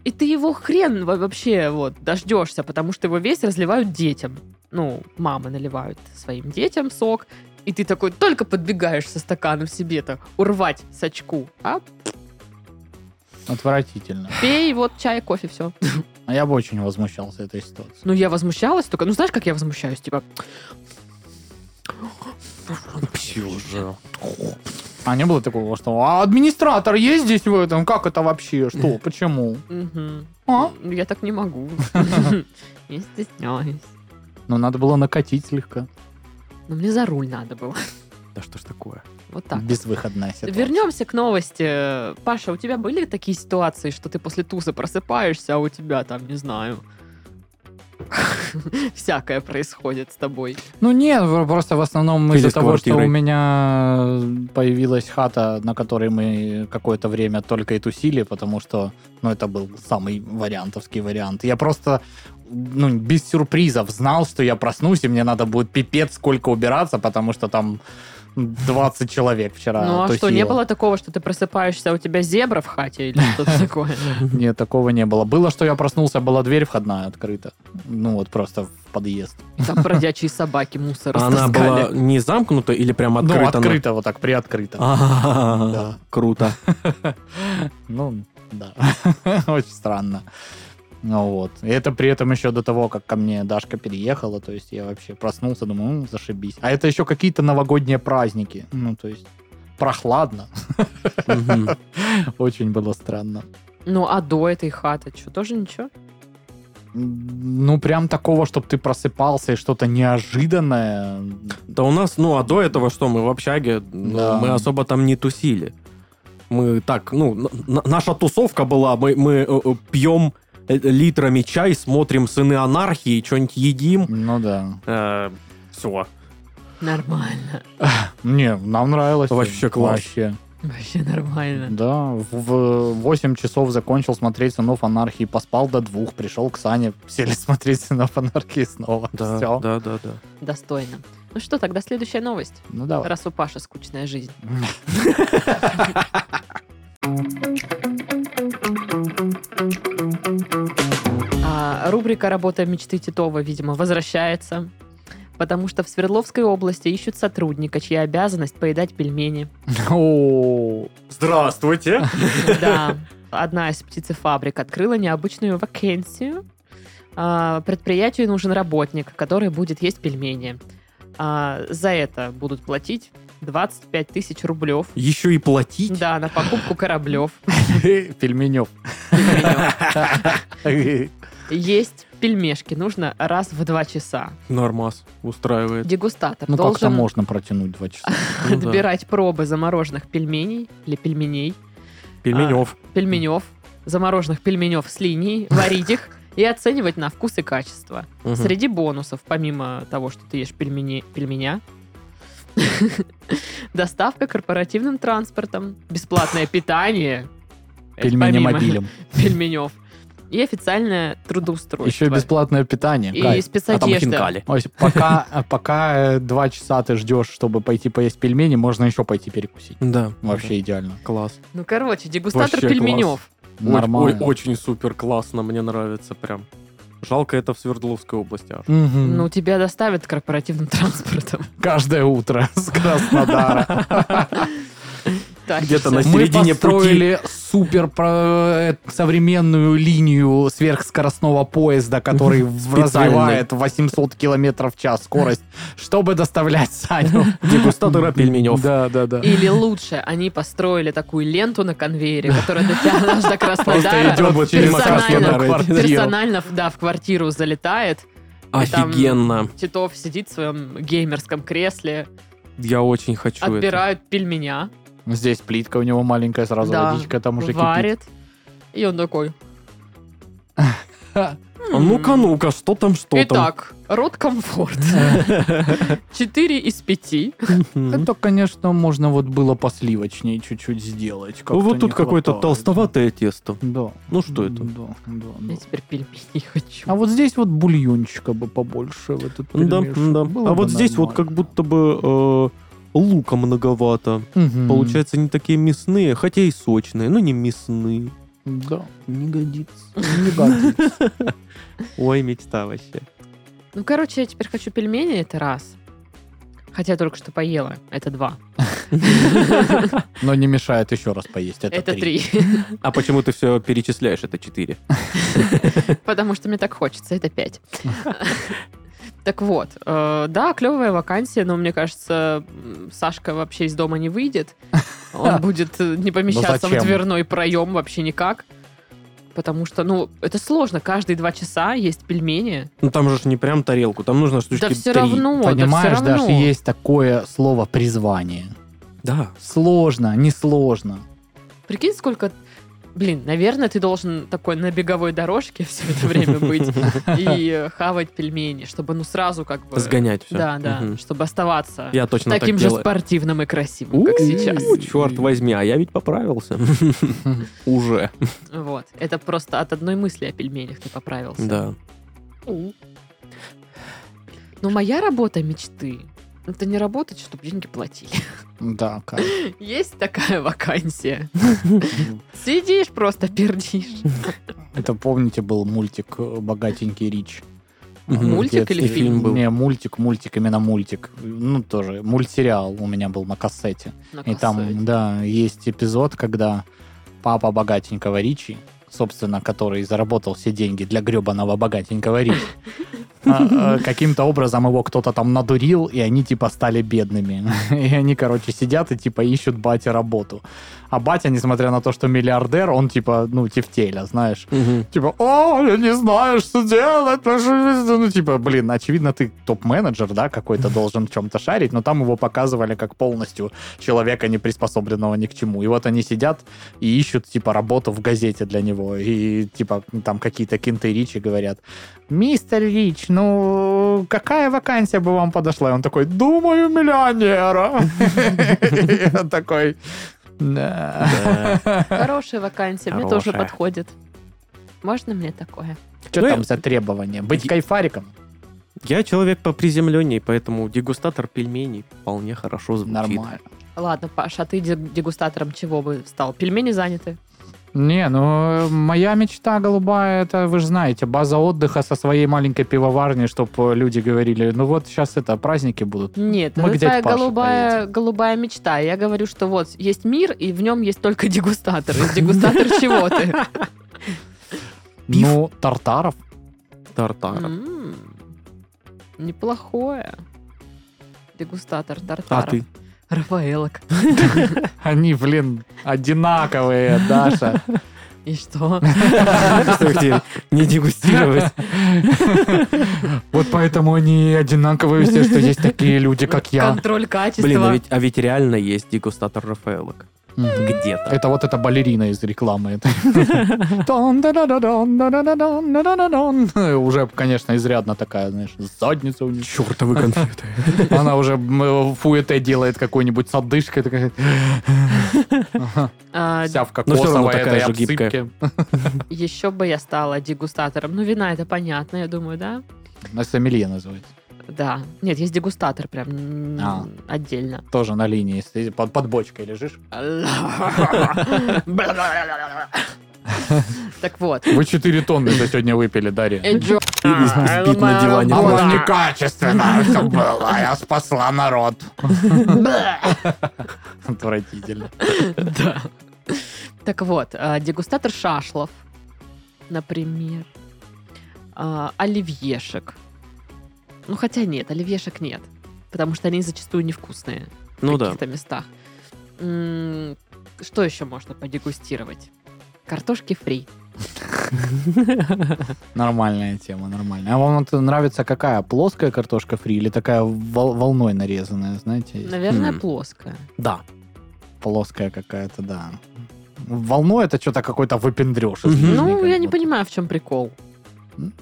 Speaker 1: И ты его хрен во- вообще вот дождешься, потому что его весь разливают детям. Ну, мамы наливают своим детям сок. И ты такой только подбегаешь со стаканом себе-то урвать сачку. А
Speaker 3: Отвратительно.
Speaker 1: пей вот чай, кофе, все.
Speaker 3: А я бы очень возмущался этой ситуацией.
Speaker 1: Ну, я возмущалась только. Ну, знаешь, как я возмущаюсь? Типа,
Speaker 2: Вообще уже.
Speaker 3: А не было такого, что «А администратор есть здесь в этом? Как это вообще? Что? Почему?»
Speaker 1: «Мгм. ну,
Speaker 3: А?
Speaker 1: я так не могу. (laughs) Я стесняюсь.
Speaker 3: Ну, надо было накатить слегка.
Speaker 1: Но мне за руль надо было.
Speaker 2: Да что ж такое?
Speaker 1: Вот так.
Speaker 3: Безвыходная ситуация.
Speaker 1: Вернемся к новости. Паша, у тебя были такие ситуации, что ты после туза просыпаешься, а у тебя там, не знаю, (laughs) всякое происходит с тобой.
Speaker 3: Ну нет, в- просто в основном
Speaker 2: Или
Speaker 3: из-за
Speaker 2: с
Speaker 3: того, что у
Speaker 2: квартирой.
Speaker 3: меня появилась хата, на которой мы какое-то время только и тусили, потому что, ну, это был самый вариантовский вариант. Я просто ну, без сюрпризов знал, что я проснусь, и мне надо будет пипец сколько убираться, потому что там 20 человек вчера
Speaker 1: ну а что, не
Speaker 3: тусило.
Speaker 1: было такого, что ты просыпаешься, а у тебя зебра в хате или
Speaker 2: (laughs)
Speaker 1: что-то такое?
Speaker 3: Нет, такого не было. Было, что я проснулся, была дверь входная открыта. Ну вот просто в подъезд.
Speaker 1: Там бродячие собаки мусор
Speaker 2: Она была
Speaker 1: растаскали.
Speaker 2: не замкнута или прям открыта?
Speaker 3: ну,
Speaker 2: она?
Speaker 3: открыто, вот так, приоткрыто.
Speaker 2: А,
Speaker 3: Да.
Speaker 2: Круто.
Speaker 3: Ну, да. (laughs) Очень странно. Ну вот. И это при этом еще до того, как ко мне Дашка переехала. То есть я вообще проснулся, думаю, «М, зашибись. А это еще какие-то новогодние праздники. Ну, то есть прохладно. (laughs)
Speaker 2: Мгм.
Speaker 3: Очень было странно.
Speaker 1: Ну а до этой хаты что, тоже ничего?
Speaker 3: Ну, прям такого, чтобы ты просыпался и что-то неожиданное.
Speaker 2: Да у нас, ну, а до этого что, мы в общаге, ну,
Speaker 3: Да.
Speaker 2: мы особо там не тусили. Мы так, ну, н- н- наша тусовка была, мы, мы э, э, пьем э, литрами чай, смотрим «Сыны анархии», что-нибудь едим. Э,
Speaker 3: Ну да.
Speaker 2: все.
Speaker 1: Нормально. (laughs)
Speaker 3: Не, нам нравилось.
Speaker 2: Вообще класс.
Speaker 3: Вообще.
Speaker 1: Вообще нормально.
Speaker 3: Да, в- в 8 часов закончил смотреть «Сынов анархии», поспал до двух, пришел к Сане, сели (laughs) смотреть «Сынов анархии» снова.
Speaker 2: Да,
Speaker 3: Все.
Speaker 2: да, да, да.
Speaker 1: Достойно. Ну что, тогда следующая новость.
Speaker 3: Ну давай.
Speaker 1: Раз у Паши скучная жизнь. А, рубрика «Работа мечты Титова», видимо, возвращается. Потому что в Свердловской области ищут сотрудника, чья обязанность поедать пельмени.
Speaker 3: (laughs) О,
Speaker 2: (laughs) Здравствуйте.
Speaker 1: Да. Одна из птицефабрик открыла необычную вакансию. А, Предприятию нужен работник, который будет есть пельмени. А, За это будут платить 25 тысяч рублев.
Speaker 2: Еще и платить.
Speaker 1: Да, на покупку кораблев.
Speaker 3: Пельменев. ну,
Speaker 1: Есть пельмешки нужно раз в два часа.
Speaker 2: Нормас устраивает.
Speaker 1: Дегустатор
Speaker 3: Ну как-то
Speaker 1: должен
Speaker 3: можно протянуть два часа.
Speaker 2: Ну да.
Speaker 1: отбирать пробы замороженных пельменей или пельменей,
Speaker 2: Пельменев.
Speaker 1: пельменев, замороженных пельменев с линией, варить их и оценивать на вкус и качество.
Speaker 2: Мгм.
Speaker 1: Среди бонусов, помимо того, что ты ешь пельмени, пельменя, (laughs) доставка корпоративным транспортом, бесплатное питание, это помимо (laughs)
Speaker 3: Пельменемобилем.
Speaker 1: пельменев, и официальное трудоустройство.
Speaker 3: Еще и бесплатное питание.
Speaker 1: И
Speaker 3: Кайф.
Speaker 2: А там
Speaker 1: спецодежда.
Speaker 2: хинкали.
Speaker 3: То есть пока, пока э, два часа ты ждешь, чтобы пойти поесть пельмени, можно еще пойти перекусить.
Speaker 2: Да.
Speaker 3: Вообще идеально.
Speaker 2: Да. Класс.
Speaker 1: Ну, короче, дегустатор
Speaker 2: Вообще
Speaker 1: пельменев.
Speaker 2: Ой,
Speaker 3: Нормально.
Speaker 2: ой, очень супер классно, мне нравится прям. Жалко это в Свердловской области а. аж.
Speaker 3: Мгм.
Speaker 1: Ну, тебя доставят корпоративным (laughs) транспортом.
Speaker 3: каждое утро (laughs) с Краснодара.
Speaker 1: Так, всё.
Speaker 2: Где-то на
Speaker 3: Мы
Speaker 2: середине
Speaker 3: построили супер про- э, современную линию сверхскоростного поезда,
Speaker 2: (laughs)
Speaker 3: который в- развивает 800 километров в час скорость, чтобы
Speaker 2: (laughs)
Speaker 3: доставлять Саню. (laughs)
Speaker 2: Дегустатора пельменев.
Speaker 3: Да, да, да.
Speaker 1: Или лучше, они построили такую ленту на конвейере, которая дотянет нас до Краснодара.
Speaker 2: идёт
Speaker 3: вот
Speaker 1: через персонально.
Speaker 3: квартиру.
Speaker 1: Персонально, да, в квартиру залетает.
Speaker 2: Офигенно.
Speaker 1: Титов сидит в своем геймерском кресле,
Speaker 2: Я очень хочу это.
Speaker 1: отбирают пельменя,
Speaker 3: Здесь плитка у него маленькая, сразу
Speaker 1: Да.
Speaker 3: водичка там уже кипит.
Speaker 1: варит. И он такой,
Speaker 2: А Ну-ка, ну-ка, что там, что
Speaker 1: итак, род комфорт.
Speaker 2: (laughs)
Speaker 1: 4 из 5.
Speaker 2: там? (laughs) Мгм.
Speaker 3: Это, конечно, можно вот было посливочнее чуть-чуть сделать. как-то
Speaker 2: Ну, вот тут
Speaker 3: не
Speaker 2: какое-то
Speaker 3: хватает.
Speaker 2: толстоватое тесто.
Speaker 3: Да.
Speaker 2: Ну, что это?
Speaker 3: Да, да, да.
Speaker 1: Я теперь пельмени хочу.
Speaker 3: А вот здесь вот бульончика бы побольше в этот
Speaker 2: Да,
Speaker 3: пельмешек.
Speaker 2: да.
Speaker 3: Было
Speaker 2: А
Speaker 3: бы
Speaker 2: вот здесь вот как
Speaker 3: нормально.
Speaker 2: будто бы э, лука многовато.
Speaker 3: Мгм.
Speaker 2: Получается, не такие мясные, хотя и сочные, но не мясные.
Speaker 3: Да.
Speaker 2: Не годится.
Speaker 3: Не гадит.
Speaker 2: Ой, мечта вообще.
Speaker 1: Ну, короче, я теперь хочу пельмени, это раз. Хотя я только что поела, это два.
Speaker 3: Но не мешает еще раз поесть. Это,
Speaker 1: Это три. (laughs)
Speaker 2: А почему ты все перечисляешь? Это 4.
Speaker 1: Потому что мне так хочется, это пять.
Speaker 3: (laughs)
Speaker 1: Так вот, э, да, клевая вакансия, но мне кажется, м, Сашка вообще из дома не выйдет.
Speaker 3: (laughs)
Speaker 1: Он будет э, не помещаться в
Speaker 3: Ну, зачем?
Speaker 1: дверной проем вообще никак. Потому что, ну, это сложно. Каждые два часа есть пельмени.
Speaker 2: Ну там же ж не прям тарелку, там нужно штучки
Speaker 1: Да все
Speaker 2: три.
Speaker 1: равно,
Speaker 3: Понимаешь,
Speaker 1: да все равно.
Speaker 3: Даш, есть такое слово призвание.
Speaker 2: Да.
Speaker 3: Сложно, несложно.
Speaker 1: Прикинь, сколько... Блин, наверное, ты должен такой на беговой дорожке (laughs) все это время быть и
Speaker 2: (laughs)
Speaker 1: э, хавать пельмени, чтобы ну сразу как бы...
Speaker 2: Сгонять все.
Speaker 1: Да, да, чтобы оставаться
Speaker 2: Я точно
Speaker 1: таким
Speaker 2: так
Speaker 1: же
Speaker 2: делаю.
Speaker 1: спортивным и красивым, как сейчас.
Speaker 2: черт возьми, а я
Speaker 1: (laughs)
Speaker 2: ведь поправился. Уже.
Speaker 1: Вот. Это просто от одной мысли о пельменях ты поправился.
Speaker 2: Да.
Speaker 1: Но моя работа мечты. Это не работать, чтобы деньги платили. (laughs)
Speaker 3: Да, как.
Speaker 1: Есть такая
Speaker 2: (laughs)
Speaker 1: вакансия. Сидишь просто, пердишь.
Speaker 3: Это, помните, был мультик э, «Богатенький Рич».
Speaker 1: А
Speaker 2: Мгм.
Speaker 1: Мультик
Speaker 3: Где-
Speaker 1: или фильм
Speaker 2: был?
Speaker 3: Не, мультик, мультик, именно мультик. Ну, тоже, мультсериал у меня был на кассете.
Speaker 1: На
Speaker 3: И
Speaker 1: кассу.
Speaker 3: там, да, есть эпизод, когда папа богатенького Ричи, собственно, который заработал все деньги для гребаного богатенького Ричи, а, а, каким-то образом его кто-то там надурил, и они типа стали бедными. (laughs) И они, короче, сидят и типа ищут бате работу. А батя, несмотря на то, что миллиардер, он типа, ну, тефтеля, знаешь.
Speaker 2: Мгм.
Speaker 3: Типа, о, я не знаю, что делать. потому что-» Ну, типа, блин, очевидно, ты топ-менеджер, да, какой-то должен в чем-то шарить, но там его показывали как полностью человека, не приспособленного ни к чему. И вот они сидят и ищут, типа, работу в газете для него. И, типа, там какие-то кинты Ричи говорят, мистер Рич, ну, какая вакансия бы вам подошла? И он такой, думаю, миллионера. И Я такой, да.
Speaker 1: Хорошая вакансия, мне тоже
Speaker 2: Хорошая.
Speaker 1: подходит. Можно мне такое?
Speaker 3: Что
Speaker 2: Ну,
Speaker 3: там
Speaker 2: и-
Speaker 3: за требования? Быть кайфариком?
Speaker 2: Я человек поприземленней, поэтому дегустатор пельменей вполне хорошо звучит.
Speaker 3: Нормально.
Speaker 1: Ладно, Паша, а ты де- дегустатором чего бы стал? Пельмени заняты?
Speaker 3: Не, ну э, моя мечта голубая, это вы же знаете, база отдыха со своей маленькой пивоварней, чтобы люди говорили, ну вот сейчас это праздники будут.
Speaker 1: Нет, ну,
Speaker 3: Мы
Speaker 1: это
Speaker 3: к дяде
Speaker 1: твоя
Speaker 3: Паше
Speaker 1: голубая,
Speaker 3: поедем.
Speaker 1: голубая мечта. Я говорю, что вот есть мир, и в нем есть только дегустатор. И
Speaker 3: (laughs)
Speaker 1: Дегустатор чего ты?
Speaker 2: Пив?
Speaker 3: Ну, тартаров.
Speaker 2: Тартар.
Speaker 1: М, М-м-м, Неплохое. Дегустатор
Speaker 2: А
Speaker 1: тартаров.
Speaker 2: ты?
Speaker 1: Рафаэлок.
Speaker 3: Они, блин, одинаковые, Даша.
Speaker 1: И что?
Speaker 2: Что теперь? Не дегустировать.
Speaker 3: Вот поэтому они одинаковые все, что есть такие люди, как (laughs) я.
Speaker 1: Контроль
Speaker 2: Блин, а
Speaker 1: качества.
Speaker 2: ведь, а ведь реально есть дегустатор Рафаэлок.
Speaker 3: Мгм.
Speaker 2: Где-то.
Speaker 3: Это вот эта балерина из рекламы. Уже, конечно, изрядно такая, знаешь, задница у нее.
Speaker 2: Чертовы конфеты.
Speaker 3: Она уже м, фуэте делает какой-нибудь с отдышкой, такая
Speaker 1: А,
Speaker 3: вся в
Speaker 2: Но всё равно
Speaker 3: кокосовой
Speaker 2: такая
Speaker 3: этой
Speaker 2: же гибкая.
Speaker 3: обсыпке.
Speaker 1: Еще бы я стала дегустатором. Ну, вина это понятно, я думаю, да?
Speaker 3: На сомелье называется.
Speaker 1: Да. Нет, есть дегустатор прям м,
Speaker 3: А.
Speaker 1: отдельно.
Speaker 3: Тоже на линии, стоит, под, под бочкой лежишь.
Speaker 1: Так вот.
Speaker 3: Вы 4 тонны за сегодня выпили, Дарья.
Speaker 1: Enjoy.
Speaker 2: спит на диване.
Speaker 3: А вам
Speaker 2: Да.
Speaker 3: некачественно все было, я спасла народ. Отвратительно.
Speaker 1: Да. Так вот, а, дегустатор шашлов, например, а, оливьешек. Ну, хотя нет, оливьешек нет, потому что они зачастую невкусные
Speaker 2: Ну
Speaker 1: в
Speaker 2: да.
Speaker 1: каких-то местах. М, Что еще можно подегустировать? Картошки фри.
Speaker 3: Нормальная тема, нормальная. А вам это нравится какая? Плоская картошка фри или такая вол- волной нарезанная, знаете? есть?
Speaker 1: Наверное,
Speaker 2: М.
Speaker 1: плоская.
Speaker 2: Да.
Speaker 3: Плоская какая-то, да. Волной это что-то какой-то выпендреж. из
Speaker 2: Мгм.
Speaker 3: Нижней,
Speaker 1: Ну,
Speaker 3: как
Speaker 1: я не
Speaker 3: будто.
Speaker 1: понимаю, в чем прикол.
Speaker 3: М?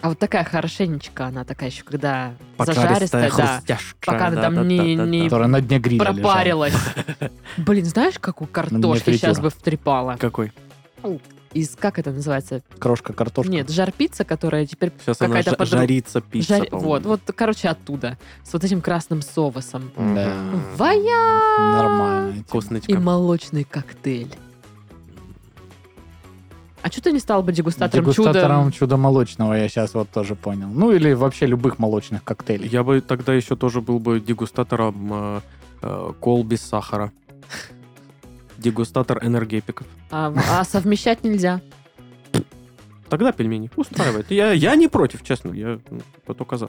Speaker 1: А вот такая хорошенечка, она такая еще, когда
Speaker 2: Поджаристая
Speaker 1: зажаристая, да,
Speaker 2: хрустяшка.
Speaker 1: Пока она там не- не
Speaker 3: Которая на дне гриля лежала. (laughs)
Speaker 1: пропарилась. Блин, знаешь, какую картошку сейчас
Speaker 3: фритюра.
Speaker 1: бы втрепала?
Speaker 2: Какой?
Speaker 1: Из, как это называется?
Speaker 3: Крошка картошка.
Speaker 1: Нет, жар-пицца, которая теперь...
Speaker 2: Сейчас она
Speaker 1: Какая-то
Speaker 2: жа-
Speaker 1: подруг-
Speaker 2: жарится пицца,
Speaker 1: жари-
Speaker 2: по-моему.
Speaker 1: Вот, вот, короче, оттуда. С вот этим красным соусом.
Speaker 3: Да.
Speaker 2: М.
Speaker 1: Вая!
Speaker 3: А, Нормально. тема.
Speaker 1: И
Speaker 2: Вкусночка.
Speaker 1: молочный коктейль. А что ты не стал бы дегустатором,
Speaker 3: Дегустатором
Speaker 1: чуда?
Speaker 3: чудо-молочного я сейчас вот тоже понял. Ну, или вообще любых молочных коктейлей.
Speaker 2: Я бы тогда еще тоже был бы дегустатором э, э, кол
Speaker 1: (laughs)
Speaker 2: без сахара. Дегустатор энергетиков.
Speaker 1: А, а совмещать нельзя.
Speaker 2: Тогда пельмени. Устраивает. Я, я не против, честно. Я м, только за.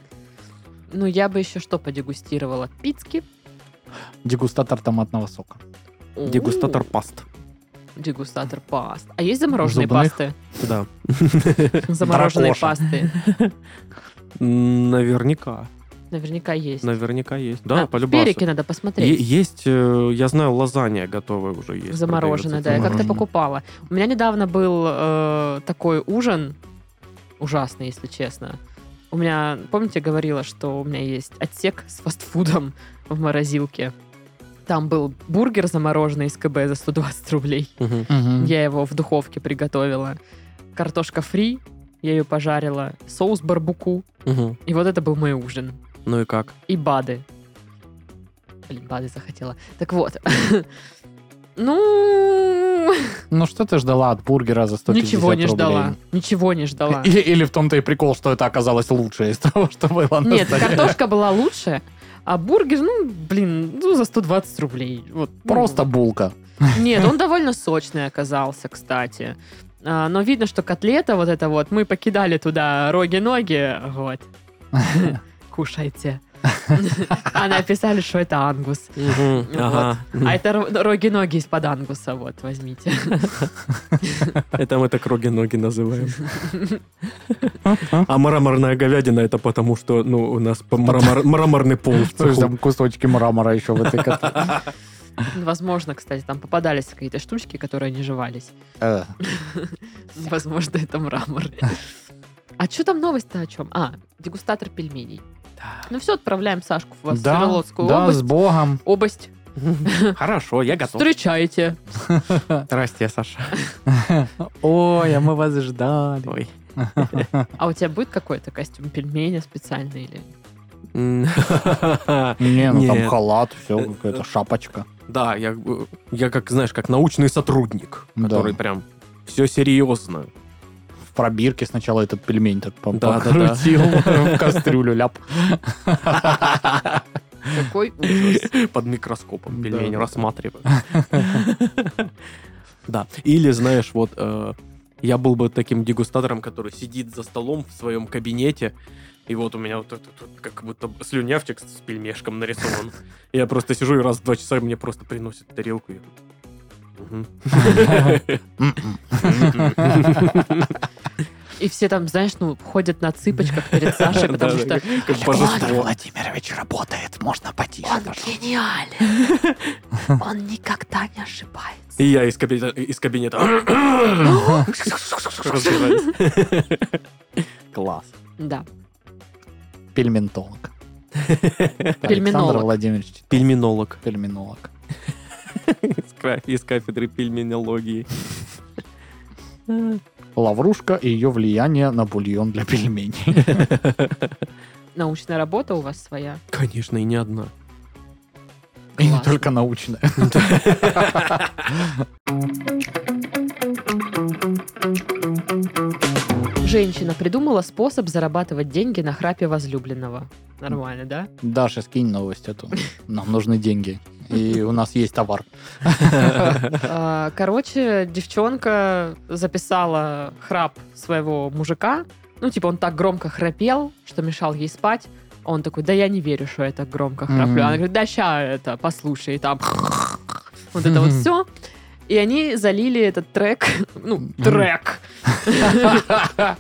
Speaker 1: Ну, я бы еще что подегустировала? Пицки.
Speaker 3: Дегустатор томатного сока.
Speaker 2: Дегустатор паст.
Speaker 1: Дегустатор паст. А есть замороженные
Speaker 3: Зубных?
Speaker 1: пасты?
Speaker 2: Да.
Speaker 1: Замороженные
Speaker 3: Дракоша.
Speaker 1: пасты.
Speaker 2: М, Наверняка.
Speaker 1: Наверняка есть.
Speaker 2: Наверняка есть.
Speaker 1: А,
Speaker 2: Да,
Speaker 1: в
Speaker 2: по-любому.
Speaker 1: Перике надо
Speaker 2: Е-
Speaker 1: посмотреть.
Speaker 2: Есть, э, я знаю, лазанья готовая уже есть.
Speaker 1: Замороженное, да. Я
Speaker 2: продается.
Speaker 1: как-то
Speaker 3: Мгм.
Speaker 1: покупала. У меня недавно был э, такой ужин, ужасный, если честно. У меня, помните, говорила, что у меня есть отсек с фастфудом в морозилке. Там был бургер замороженный из КБ за 120 рублей.
Speaker 2: Мгм.
Speaker 1: Я его в духовке приготовила. Картошка фри, я ее пожарила. Соус барбуку.
Speaker 2: Мгм.
Speaker 1: И вот это был мой ужин.
Speaker 2: Ну и как?
Speaker 1: И БАДы. Блин, БАДы захотела. Так вот. (laughs) Ну,
Speaker 3: Ну, что ты ждала от бургера за 150
Speaker 1: ничего не
Speaker 3: рублей?
Speaker 1: ждала. Ничего не
Speaker 3: (laughs)
Speaker 1: ждала.
Speaker 3: Или, или в том-то и прикол, что это оказалось лучшее из того, что было на
Speaker 1: Нет,
Speaker 3: столе.
Speaker 1: картошка была лучше, а бургер, ну, блин, ну, за 120 рублей. Вот, ну,
Speaker 3: (laughs) Просто (laughs) булка.
Speaker 1: Нет, он довольно сочный оказался, кстати.
Speaker 3: (laughs)
Speaker 1: А, Но видно, что котлета вот эта вот, мы покидали туда роги-ноги, вот. кушайте. А написали, что это ангус. Вот.
Speaker 2: Мгм, Ага.
Speaker 1: А это ро- роги-ноги из-под ангуса, вот, возьмите.
Speaker 2: Это мы так роги-ноги называем. А мраморная говядина это потому, что ну, у нас по- мрамор- мраморный пол в
Speaker 3: То есть
Speaker 2: цеху.
Speaker 3: там кусочки мрамора еще вытыкать.
Speaker 1: Возможно, кстати, там попадались какие-то штучки, которые не жевались.
Speaker 3: (laughs) Э,
Speaker 1: Возможно, это мрамор. А что там новость-то о чем? А, дегустатор пельменей. Ну все, отправляем Сашку в
Speaker 3: Да,
Speaker 1: Свердловскую
Speaker 3: да, с
Speaker 1: область.
Speaker 3: Богом.
Speaker 1: Область.
Speaker 2: Хорошо, я
Speaker 1: Встречайте.
Speaker 2: Здрасте, Саша.
Speaker 3: Ой, а мы вас ждали.
Speaker 2: Ой.
Speaker 1: А у тебя будет какой-то костюм пельменя специальный или?
Speaker 2: М. (laughs)
Speaker 3: Не, ну там
Speaker 2: Нет.
Speaker 3: халат, все, какая-то шапочка.
Speaker 2: Да, я, э, я как, знаешь, как научный сотрудник,
Speaker 3: Да.
Speaker 2: который прям все серьезно.
Speaker 3: В пробирке сначала этот пельмень так по-
Speaker 2: Да, да, да.
Speaker 3: (laughs) покрутил в кастрюлю, ляп.
Speaker 1: Какой ужас.
Speaker 2: Под микроскопом
Speaker 3: Да,
Speaker 2: пельмень
Speaker 3: да. (laughs)
Speaker 2: рассматриваю. Да. Или, знаешь, вот э, я был бы таким дегустатором, который сидит за столом в своем кабинете, и вот у меня вот этот вот как будто слюнявчик с пельмешком нарисован. Я просто сижу и раз в два часа мне просто приносят тарелку. и- Мгм.
Speaker 3: М-м.
Speaker 1: И все там, знаешь, ну, ходят на цыпочках перед Сашей, потому
Speaker 2: Да,
Speaker 1: что
Speaker 2: как божество.
Speaker 3: Владимирович работает, можно потише.
Speaker 1: он гениален. Он никогда не ошибается.
Speaker 2: И я из кабинета... Из кабинета (laughs) разбираюсь. Класс.
Speaker 1: Да. (laughs)
Speaker 3: Пельментолог. Александр
Speaker 1: Пельменолог.
Speaker 3: Владимирович
Speaker 2: Пельменолог.
Speaker 3: пельменолог.
Speaker 2: Из кра- Из кафедры пельменологии.
Speaker 3: Лаврушка и ее влияние на бульон для пельменей. (laughs)
Speaker 1: Научная работа у вас своя.
Speaker 2: Конечно, и не одна.
Speaker 3: И не
Speaker 1: Классно.
Speaker 3: только научное.
Speaker 1: Женщина придумала способ зарабатывать деньги на храпе возлюбленного. Нормально, да?
Speaker 3: Даша, скинь новость эту. Нам нужны деньги. И у нас есть товар.
Speaker 1: А, Короче, девчонка записала храп своего мужика. Ну, типа, он так громко храпел, что мешал ей спать. А Он такой, да я не верю, что я так громко храплю.
Speaker 3: Мгм.
Speaker 1: Она говорит, да ща это, послушай, и там вот это вот все. И они залили этот трек, ну,
Speaker 3: (laughs)
Speaker 1: трек. А,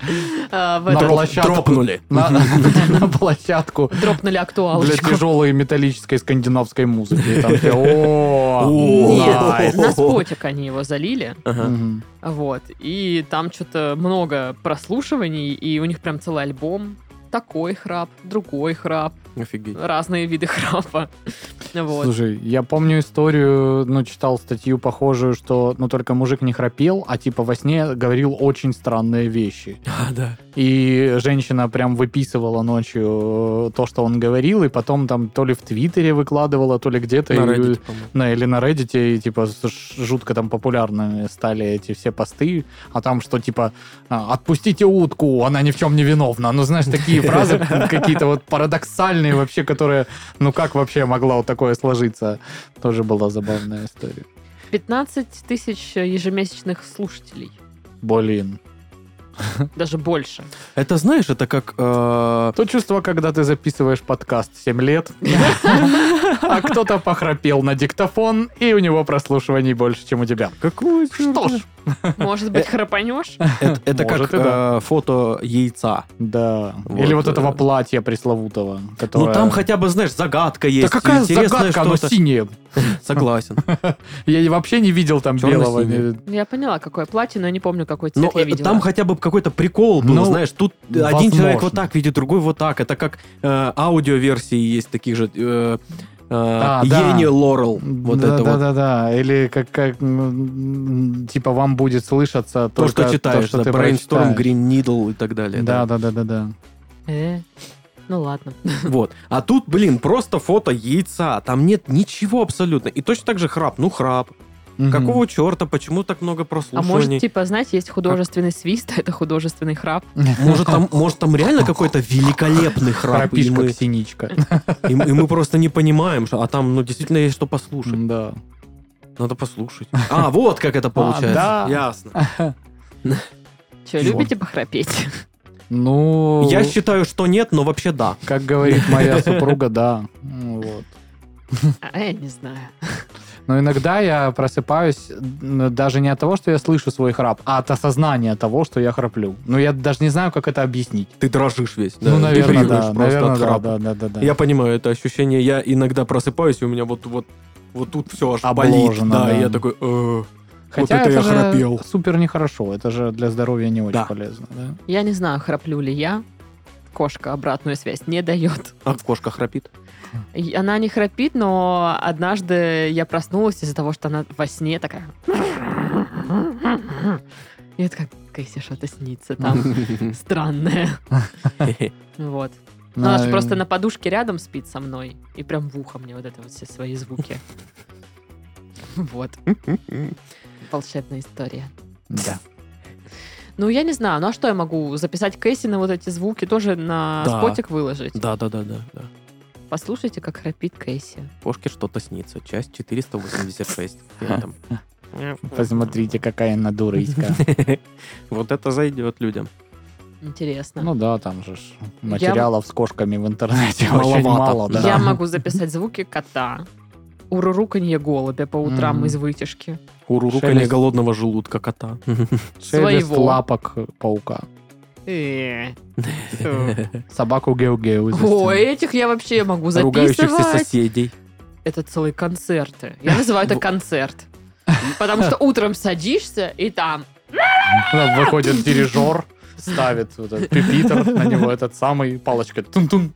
Speaker 1: в
Speaker 3: На
Speaker 1: этот-
Speaker 3: площадку.
Speaker 2: Дропнули.
Speaker 3: На, (laughs) на площадку
Speaker 1: Дропнули
Speaker 3: для
Speaker 1: актуалочку.
Speaker 3: тяжелой металлической скандинавской музыки. И там все, «О,
Speaker 2: О,
Speaker 1: Нет,
Speaker 3: найс».
Speaker 1: на спотик они его залили.
Speaker 2: Ага.
Speaker 3: Мгм.
Speaker 1: Вот. И там что-то много прослушиваний, и у них прям целый альбом. Такой храп, другой храп,
Speaker 2: Офигеть.
Speaker 1: разные виды храпа. Вот.
Speaker 3: Слушай, я помню историю, ну, читал статью похожую, что, ну, только мужик не храпел, а типа во сне говорил очень странные вещи.
Speaker 2: А, да.
Speaker 3: И женщина прям выписывала ночью э, то, что он говорил, и потом там то ли в Твиттере выкладывала, то ли где-то.
Speaker 2: На
Speaker 3: и-
Speaker 2: Reddit, по-моему.
Speaker 3: на- или на Reddit, и типа с- ш- жутко там популярными стали эти все посты, а там что типа а, «отпустите утку, она ни в чем не виновна». Ну, знаешь, такие фразы какие-то вот парадоксальные вообще, которые, ну как вообще могла вот такое сложиться? Тоже была забавная история.
Speaker 1: 15 тысяч ежемесячных слушателей.
Speaker 3: Блин.
Speaker 1: Даже больше.
Speaker 2: Это знаешь, это как... э,
Speaker 3: То чувство, когда ты записываешь подкаст 7 лет, а кто-то похрапел на диктофон, и у него прослушиваний больше, чем у тебя.
Speaker 2: Какое
Speaker 3: Что ж,
Speaker 1: Может
Speaker 2: Э.
Speaker 1: быть, храпанешь?
Speaker 2: Это, это
Speaker 3: Может,
Speaker 2: как
Speaker 3: и да.
Speaker 2: э, фото яйца.
Speaker 3: Да.
Speaker 2: Вот,
Speaker 3: Или вот
Speaker 2: э.
Speaker 3: этого платья пресловутого, которое...
Speaker 2: Ну там хотя бы, знаешь, загадка
Speaker 3: Да
Speaker 2: есть.
Speaker 3: какая
Speaker 2: интересное
Speaker 3: загадка, оно
Speaker 2: что-то.
Speaker 3: синее.
Speaker 2: (laughs) Согласен.
Speaker 3: Я и вообще не видел там белого.
Speaker 2: Чёрно-синее.
Speaker 1: Я поняла, какое платье, но я не помню, какой
Speaker 2: Ну,
Speaker 1: цвет я
Speaker 2: э,
Speaker 1: видела.
Speaker 2: там хотя бы какой-то прикол был,
Speaker 3: Ну,
Speaker 2: знаешь, тут один
Speaker 3: возможно.
Speaker 2: человек вот так видит, другой вот так. Это как э, аудиоверсии есть таких же. э, э,
Speaker 3: А, да.
Speaker 2: Ени Лорел. Вот
Speaker 3: да,
Speaker 2: это
Speaker 3: да,
Speaker 2: вот.
Speaker 3: да, да. Или как, как м, типа вам будет
Speaker 2: То,
Speaker 3: слышаться только
Speaker 2: что читаешь,
Speaker 3: что
Speaker 2: да,
Speaker 3: ты
Speaker 2: Brainstorm,
Speaker 3: прочитаешь.
Speaker 2: Green Needle и так далее.
Speaker 3: Да, да, да, да, да.
Speaker 1: Э, Ну ладно.
Speaker 2: Вот. А тут, блин, просто фото яйца. Там нет ничего абсолютно. И точно так же храп. Ну, храп.
Speaker 3: Мгм. (laughs)
Speaker 2: Какого черта? Почему так много
Speaker 1: А может,
Speaker 2: прослушиваний?
Speaker 1: типа, знаете, есть художественный свист, а это художественный храп.
Speaker 2: может,
Speaker 3: (laughs)
Speaker 2: там, может, там реально какой-то великолепный храп, и
Speaker 3: Храпишь,
Speaker 2: мы,
Speaker 3: как
Speaker 2: (laughs)
Speaker 3: синичка.
Speaker 2: и мы- и мы просто не понимаем, что, а там, ну, действительно есть что послушать.
Speaker 3: Да.
Speaker 2: Надо послушать. А, вот как это получается.
Speaker 3: да.
Speaker 2: Ясно.
Speaker 1: Че,
Speaker 2: Вот.
Speaker 1: любите похрапеть? (laughs)
Speaker 3: Ну,
Speaker 2: Я считаю, что нет, но вообще да.
Speaker 3: как говорит моя супруга, да. Ну, вот.
Speaker 1: А я не знаю.
Speaker 3: Но иногда я просыпаюсь м, даже не от того, что я слышу свой храп, а от осознания того, что я храплю. Ну, я даже не знаю, как это объяснить.
Speaker 2: Ты дрожишь весь. да.
Speaker 3: ну,
Speaker 2: Ты
Speaker 3: наверное,
Speaker 2: прыгаешь
Speaker 3: да.
Speaker 2: просто
Speaker 3: Наверное,
Speaker 2: от
Speaker 3: да,
Speaker 2: храпа.
Speaker 3: да, да, да, да.
Speaker 2: Я понимаю это ощущение. Я иногда просыпаюсь, и у меня вот вот вот тут все аж болит.
Speaker 3: Обложено,
Speaker 2: Да,
Speaker 3: да.
Speaker 2: и я такой. «Э,
Speaker 3: Хотя
Speaker 2: вот это я
Speaker 3: же
Speaker 2: храпел.
Speaker 3: супер нехорошо. Это же для здоровья не очень
Speaker 2: Да.
Speaker 3: полезно. Да?
Speaker 1: Я не знаю, храплю ли я. Кошка обратную связь не дает.
Speaker 2: А кошка
Speaker 3: (laughs)
Speaker 2: храпит.
Speaker 1: И Она не храпит, но однажды я проснулась из-за того, что она во сне такая... И это как, Кэсси, что-то снится там
Speaker 2: (laughs)
Speaker 1: странное. Вот. Ну, она же
Speaker 3: Наверное.
Speaker 1: просто на подушке рядом спит со мной. И прям в ухо мне вот это вот все свои звуки. (laughs) Вот. Волшебная история.
Speaker 3: Да.
Speaker 1: Ну, я не знаю, ну а что я могу? Записать Кэсси на вот эти звуки тоже на
Speaker 2: Да.
Speaker 1: спотик выложить?
Speaker 2: Да, да, да, да, да.
Speaker 1: Послушайте, как храпит Кэсси.
Speaker 2: Кошке что-то снится. Часть 486.
Speaker 3: (laughs)
Speaker 2: Я там.
Speaker 3: Посмотрите, какая
Speaker 1: (laughs)
Speaker 3: она дурыська.
Speaker 2: (laughs) Вот это зайдет людям.
Speaker 1: Интересно.
Speaker 3: Ну да, там же ж материалов с кошками в интернете очень
Speaker 2: Маловато.
Speaker 3: мало. да.
Speaker 1: Я могу записать звуки кота. Уруруканье голубя по утрам
Speaker 3: Мгм.
Speaker 1: из вытяжки.
Speaker 2: Уруруканье
Speaker 3: Шелест.
Speaker 2: голодного желудка
Speaker 3: (laughs)
Speaker 2: кота.
Speaker 3: Шелест
Speaker 1: своего.
Speaker 3: лапок паука.
Speaker 1: Э.
Speaker 2: Э,
Speaker 3: Собаку геу-геу. за
Speaker 1: О,
Speaker 3: (laughs) стеной.
Speaker 1: этих я вообще могу
Speaker 2: Ругающихся
Speaker 1: записывать.
Speaker 2: соседей.
Speaker 1: Это целые концерты. Я называю это концерт. Потому что утром садишься, и там
Speaker 3: Там Выходит дирижер, ставит вот этот пипитер, на него этот самый палочка. Тун-тун.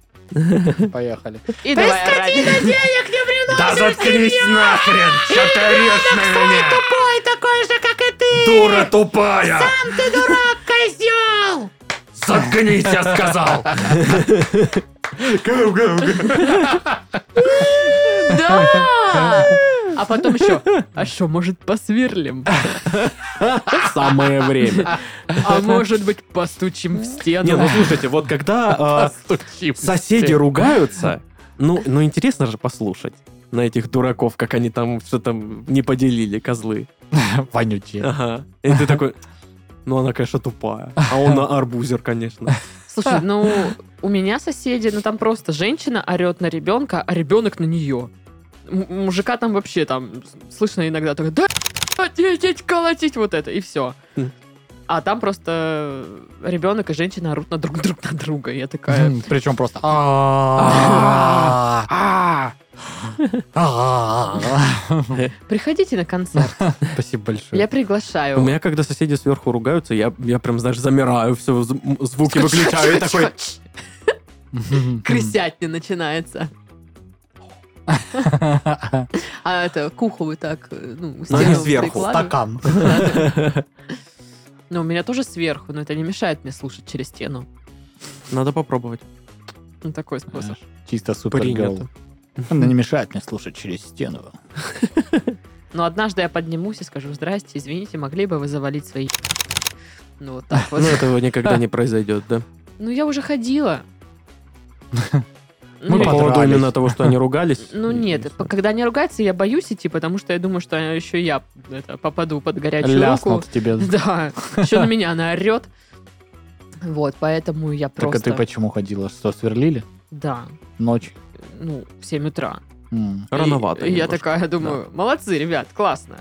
Speaker 3: Поехали.
Speaker 1: И давай орать.
Speaker 4: денег не приносит!
Speaker 5: Да заткнись нахрен! Что ты орешь на меня?
Speaker 4: Тупой ну, такой же, как и ты,
Speaker 5: Дура тупая!
Speaker 4: козел!
Speaker 5: Заткнись, я сказал!
Speaker 1: Да! А потом еще, а что, может, посверлим?
Speaker 2: Самое время.
Speaker 1: А может быть, постучим в стену?
Speaker 2: Не, ну слушайте, вот когда э, соседи ругаются, ну, ну интересно же послушать на этих дураков, как они там что там не поделили, козлы.
Speaker 3: (laughs) Вонючие.
Speaker 2: Ага. И ты такой, ну она, конечно, тупая. А он на арбузер, конечно.
Speaker 1: Слушай, ну, у меня соседи, ну там просто женщина орет на ребенка, а ребенок на нее. М- Мужика там вообще там с- слышно иногда только да ответить, колотить вот это, и все.
Speaker 2: Хм.
Speaker 1: А там просто ребенок и женщина орут на друг друг на друга. Я такая,
Speaker 3: Причем Э, просто... «А». «А-а-а, а-а-а».
Speaker 1: приходите на
Speaker 2: (laughs)
Speaker 1: концерт,
Speaker 3: А. Спасибо большое.
Speaker 1: я приглашаю.
Speaker 2: У
Speaker 1: (laughs)
Speaker 2: меня, когда соседи сверху ругаются, я, я прям, знаешь, замираю, все, звуки выключаю и такой...
Speaker 1: Крысятня
Speaker 2: (laughs)
Speaker 1: начинается. А это куховы так, э, ну, в
Speaker 2: Но они
Speaker 1: стену
Speaker 2: сверху.
Speaker 1: прикладывают.
Speaker 3: Стакан.
Speaker 1: (laughs) Ну, у меня тоже сверху, но это не мешает мне слушать через стену.
Speaker 2: Надо попробовать.
Speaker 1: Ну, такой способ.
Speaker 3: Чисто супергерл.
Speaker 2: Принято.
Speaker 3: Она не мешает мне слушать через стену.
Speaker 1: Но однажды я поднимусь и скажу, здрасте, извините, могли бы вы завалить свои... Ну, вот так
Speaker 2: Ну,
Speaker 1: вот.
Speaker 3: (laughs)
Speaker 2: этого никогда не произойдет, да?
Speaker 1: Ну, я уже ходила. Ну,
Speaker 2: Ну, по
Speaker 1: я-
Speaker 2: поводу
Speaker 3: подрались.
Speaker 2: именно того, что они ругались.
Speaker 1: (laughs) Ну
Speaker 2: и-
Speaker 1: нет,
Speaker 2: и
Speaker 1: это-
Speaker 2: всё.
Speaker 1: когда они ругаются, я боюсь идти, потому что я думаю, что еще я это, попаду под горячую руку. (laughs)
Speaker 3: Ляснут тебе.
Speaker 1: Да, еще на меня она орет. Вот, поэтому я
Speaker 3: Так а
Speaker 1: просто...
Speaker 3: ты почему ходила? Что, сверлили?
Speaker 1: Да,
Speaker 3: Ночь.
Speaker 1: ну, в 7 утра.
Speaker 3: М.
Speaker 2: Рановато.
Speaker 1: И- и я
Speaker 2: немножко.
Speaker 1: такая думаю, молодцы, ребят, классно.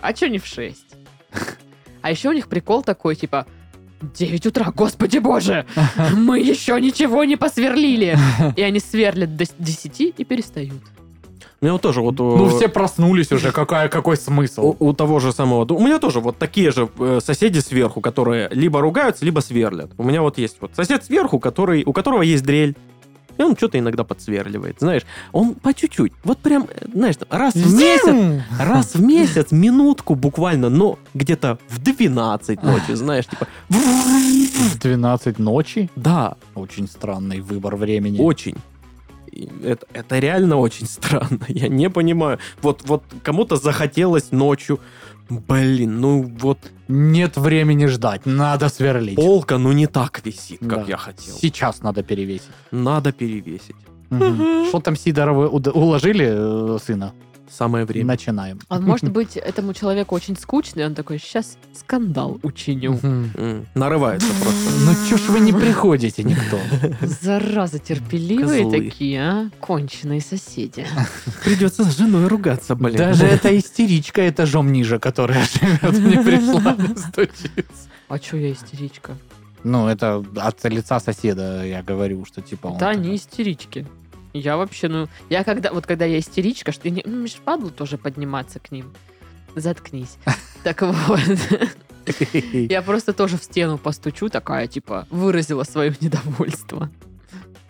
Speaker 1: А чё не в
Speaker 2: (laughs)
Speaker 1: 6? А еще у них прикол такой, типа, 9 утра, господи
Speaker 2: (laughs)
Speaker 1: боже, мы еще ничего не посверлили. И они сверлят до 10 и перестают.
Speaker 2: У меня вот тоже вот...
Speaker 3: Ну,
Speaker 2: э,
Speaker 3: все проснулись уже. Какая, какой смысл?
Speaker 2: У, у того же самого. У меня тоже вот такие же э, соседи сверху, которые либо ругаются, либо сверлят. У меня вот есть вот сосед сверху, который, у которого есть дрель. И он что-то иногда подсверливает, знаешь. Он по чуть-чуть. Вот прям, э, знаешь, там, раз в месяц, раз в месяц, минутку буквально, но где-то в 12 ночи, знаешь, типа...
Speaker 3: 12 ночи?
Speaker 2: Да,
Speaker 3: Очень странный выбор времени.
Speaker 2: очень. И Это, это реально очень странно. (laughs) Я не понимаю. Вот, вот кому-то захотелось ночью... Блин, ну вот
Speaker 3: Нет времени ждать. Надо сверлить.
Speaker 2: полка, ну не так висит, как
Speaker 3: Да.
Speaker 2: я хотел.
Speaker 3: Сейчас надо перевесить.
Speaker 2: Надо перевесить.
Speaker 3: Мгм. Что там Сидоровы уд- уложили э, сына?
Speaker 2: Самое время.
Speaker 3: Начинаем.
Speaker 2: (laughs)
Speaker 1: А может быть, этому человеку очень скучно, и он такой, сейчас скандал
Speaker 2: (laughs)
Speaker 1: учиню.
Speaker 3: Ну
Speaker 2: М, Нарывается просто.
Speaker 3: чё ж вы не приходите никто?
Speaker 1: Зараза, терпеливые
Speaker 2: Козлы.
Speaker 1: такие, а? Конченые соседи.
Speaker 2: (laughs) Придется с женой ругаться, блин.
Speaker 3: Даже эта истеричка этажом ниже, которая (laughs) живет, не пришла стучиться.
Speaker 1: А чё я истеричка?
Speaker 3: Ну, это от лица соседа я говорю, что типа он...
Speaker 1: Да,
Speaker 3: такой,
Speaker 1: не истерички. Я вообще, ну, я когда, вот когда я истеричка, что я не, ну, мне ж падлу тоже подниматься к ним. Заткнись. Так вот. Я просто тоже в стену постучу, такая, типа, выразила свое недовольство.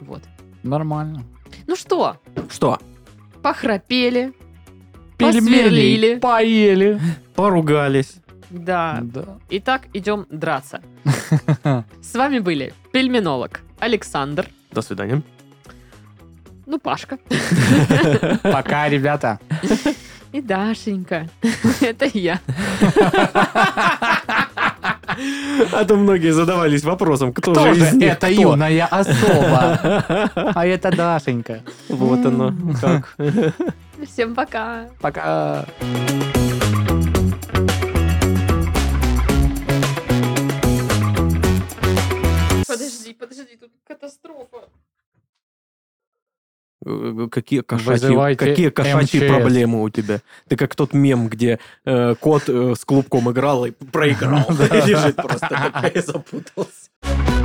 Speaker 1: Вот.
Speaker 3: Нормально.
Speaker 1: Ну что,
Speaker 2: Что?
Speaker 1: похрапели,
Speaker 3: Пельмени
Speaker 1: посверлили.
Speaker 3: поели.
Speaker 2: Поругались.
Speaker 1: Да.
Speaker 3: Да.
Speaker 1: Итак, идем драться. С вами были пельменолог Александр,
Speaker 2: До свидания.
Speaker 1: ну, Пашка
Speaker 3: Пока, ребята.
Speaker 1: и Дашенька. (laughs) Это я.
Speaker 2: А то многие задавались вопросом, кто,
Speaker 3: Кто
Speaker 2: же из
Speaker 3: же
Speaker 2: них
Speaker 3: это
Speaker 2: кто?
Speaker 3: юная (laughs) особа? А это Дашенька.
Speaker 2: Вот оно. Как.
Speaker 1: Всем пока.
Speaker 3: Пока.
Speaker 1: Подожди, подожди, тут катастрофа.
Speaker 2: Э, Какие кошачьи,
Speaker 3: Вызывайте
Speaker 2: какие кошачьи
Speaker 3: МЧС.
Speaker 2: проблемы у тебя? Ты как тот мем, где э,
Speaker 3: (laughs)
Speaker 2: кот э, с клубком играл и проиграл. И Лежит просто такая, запутался.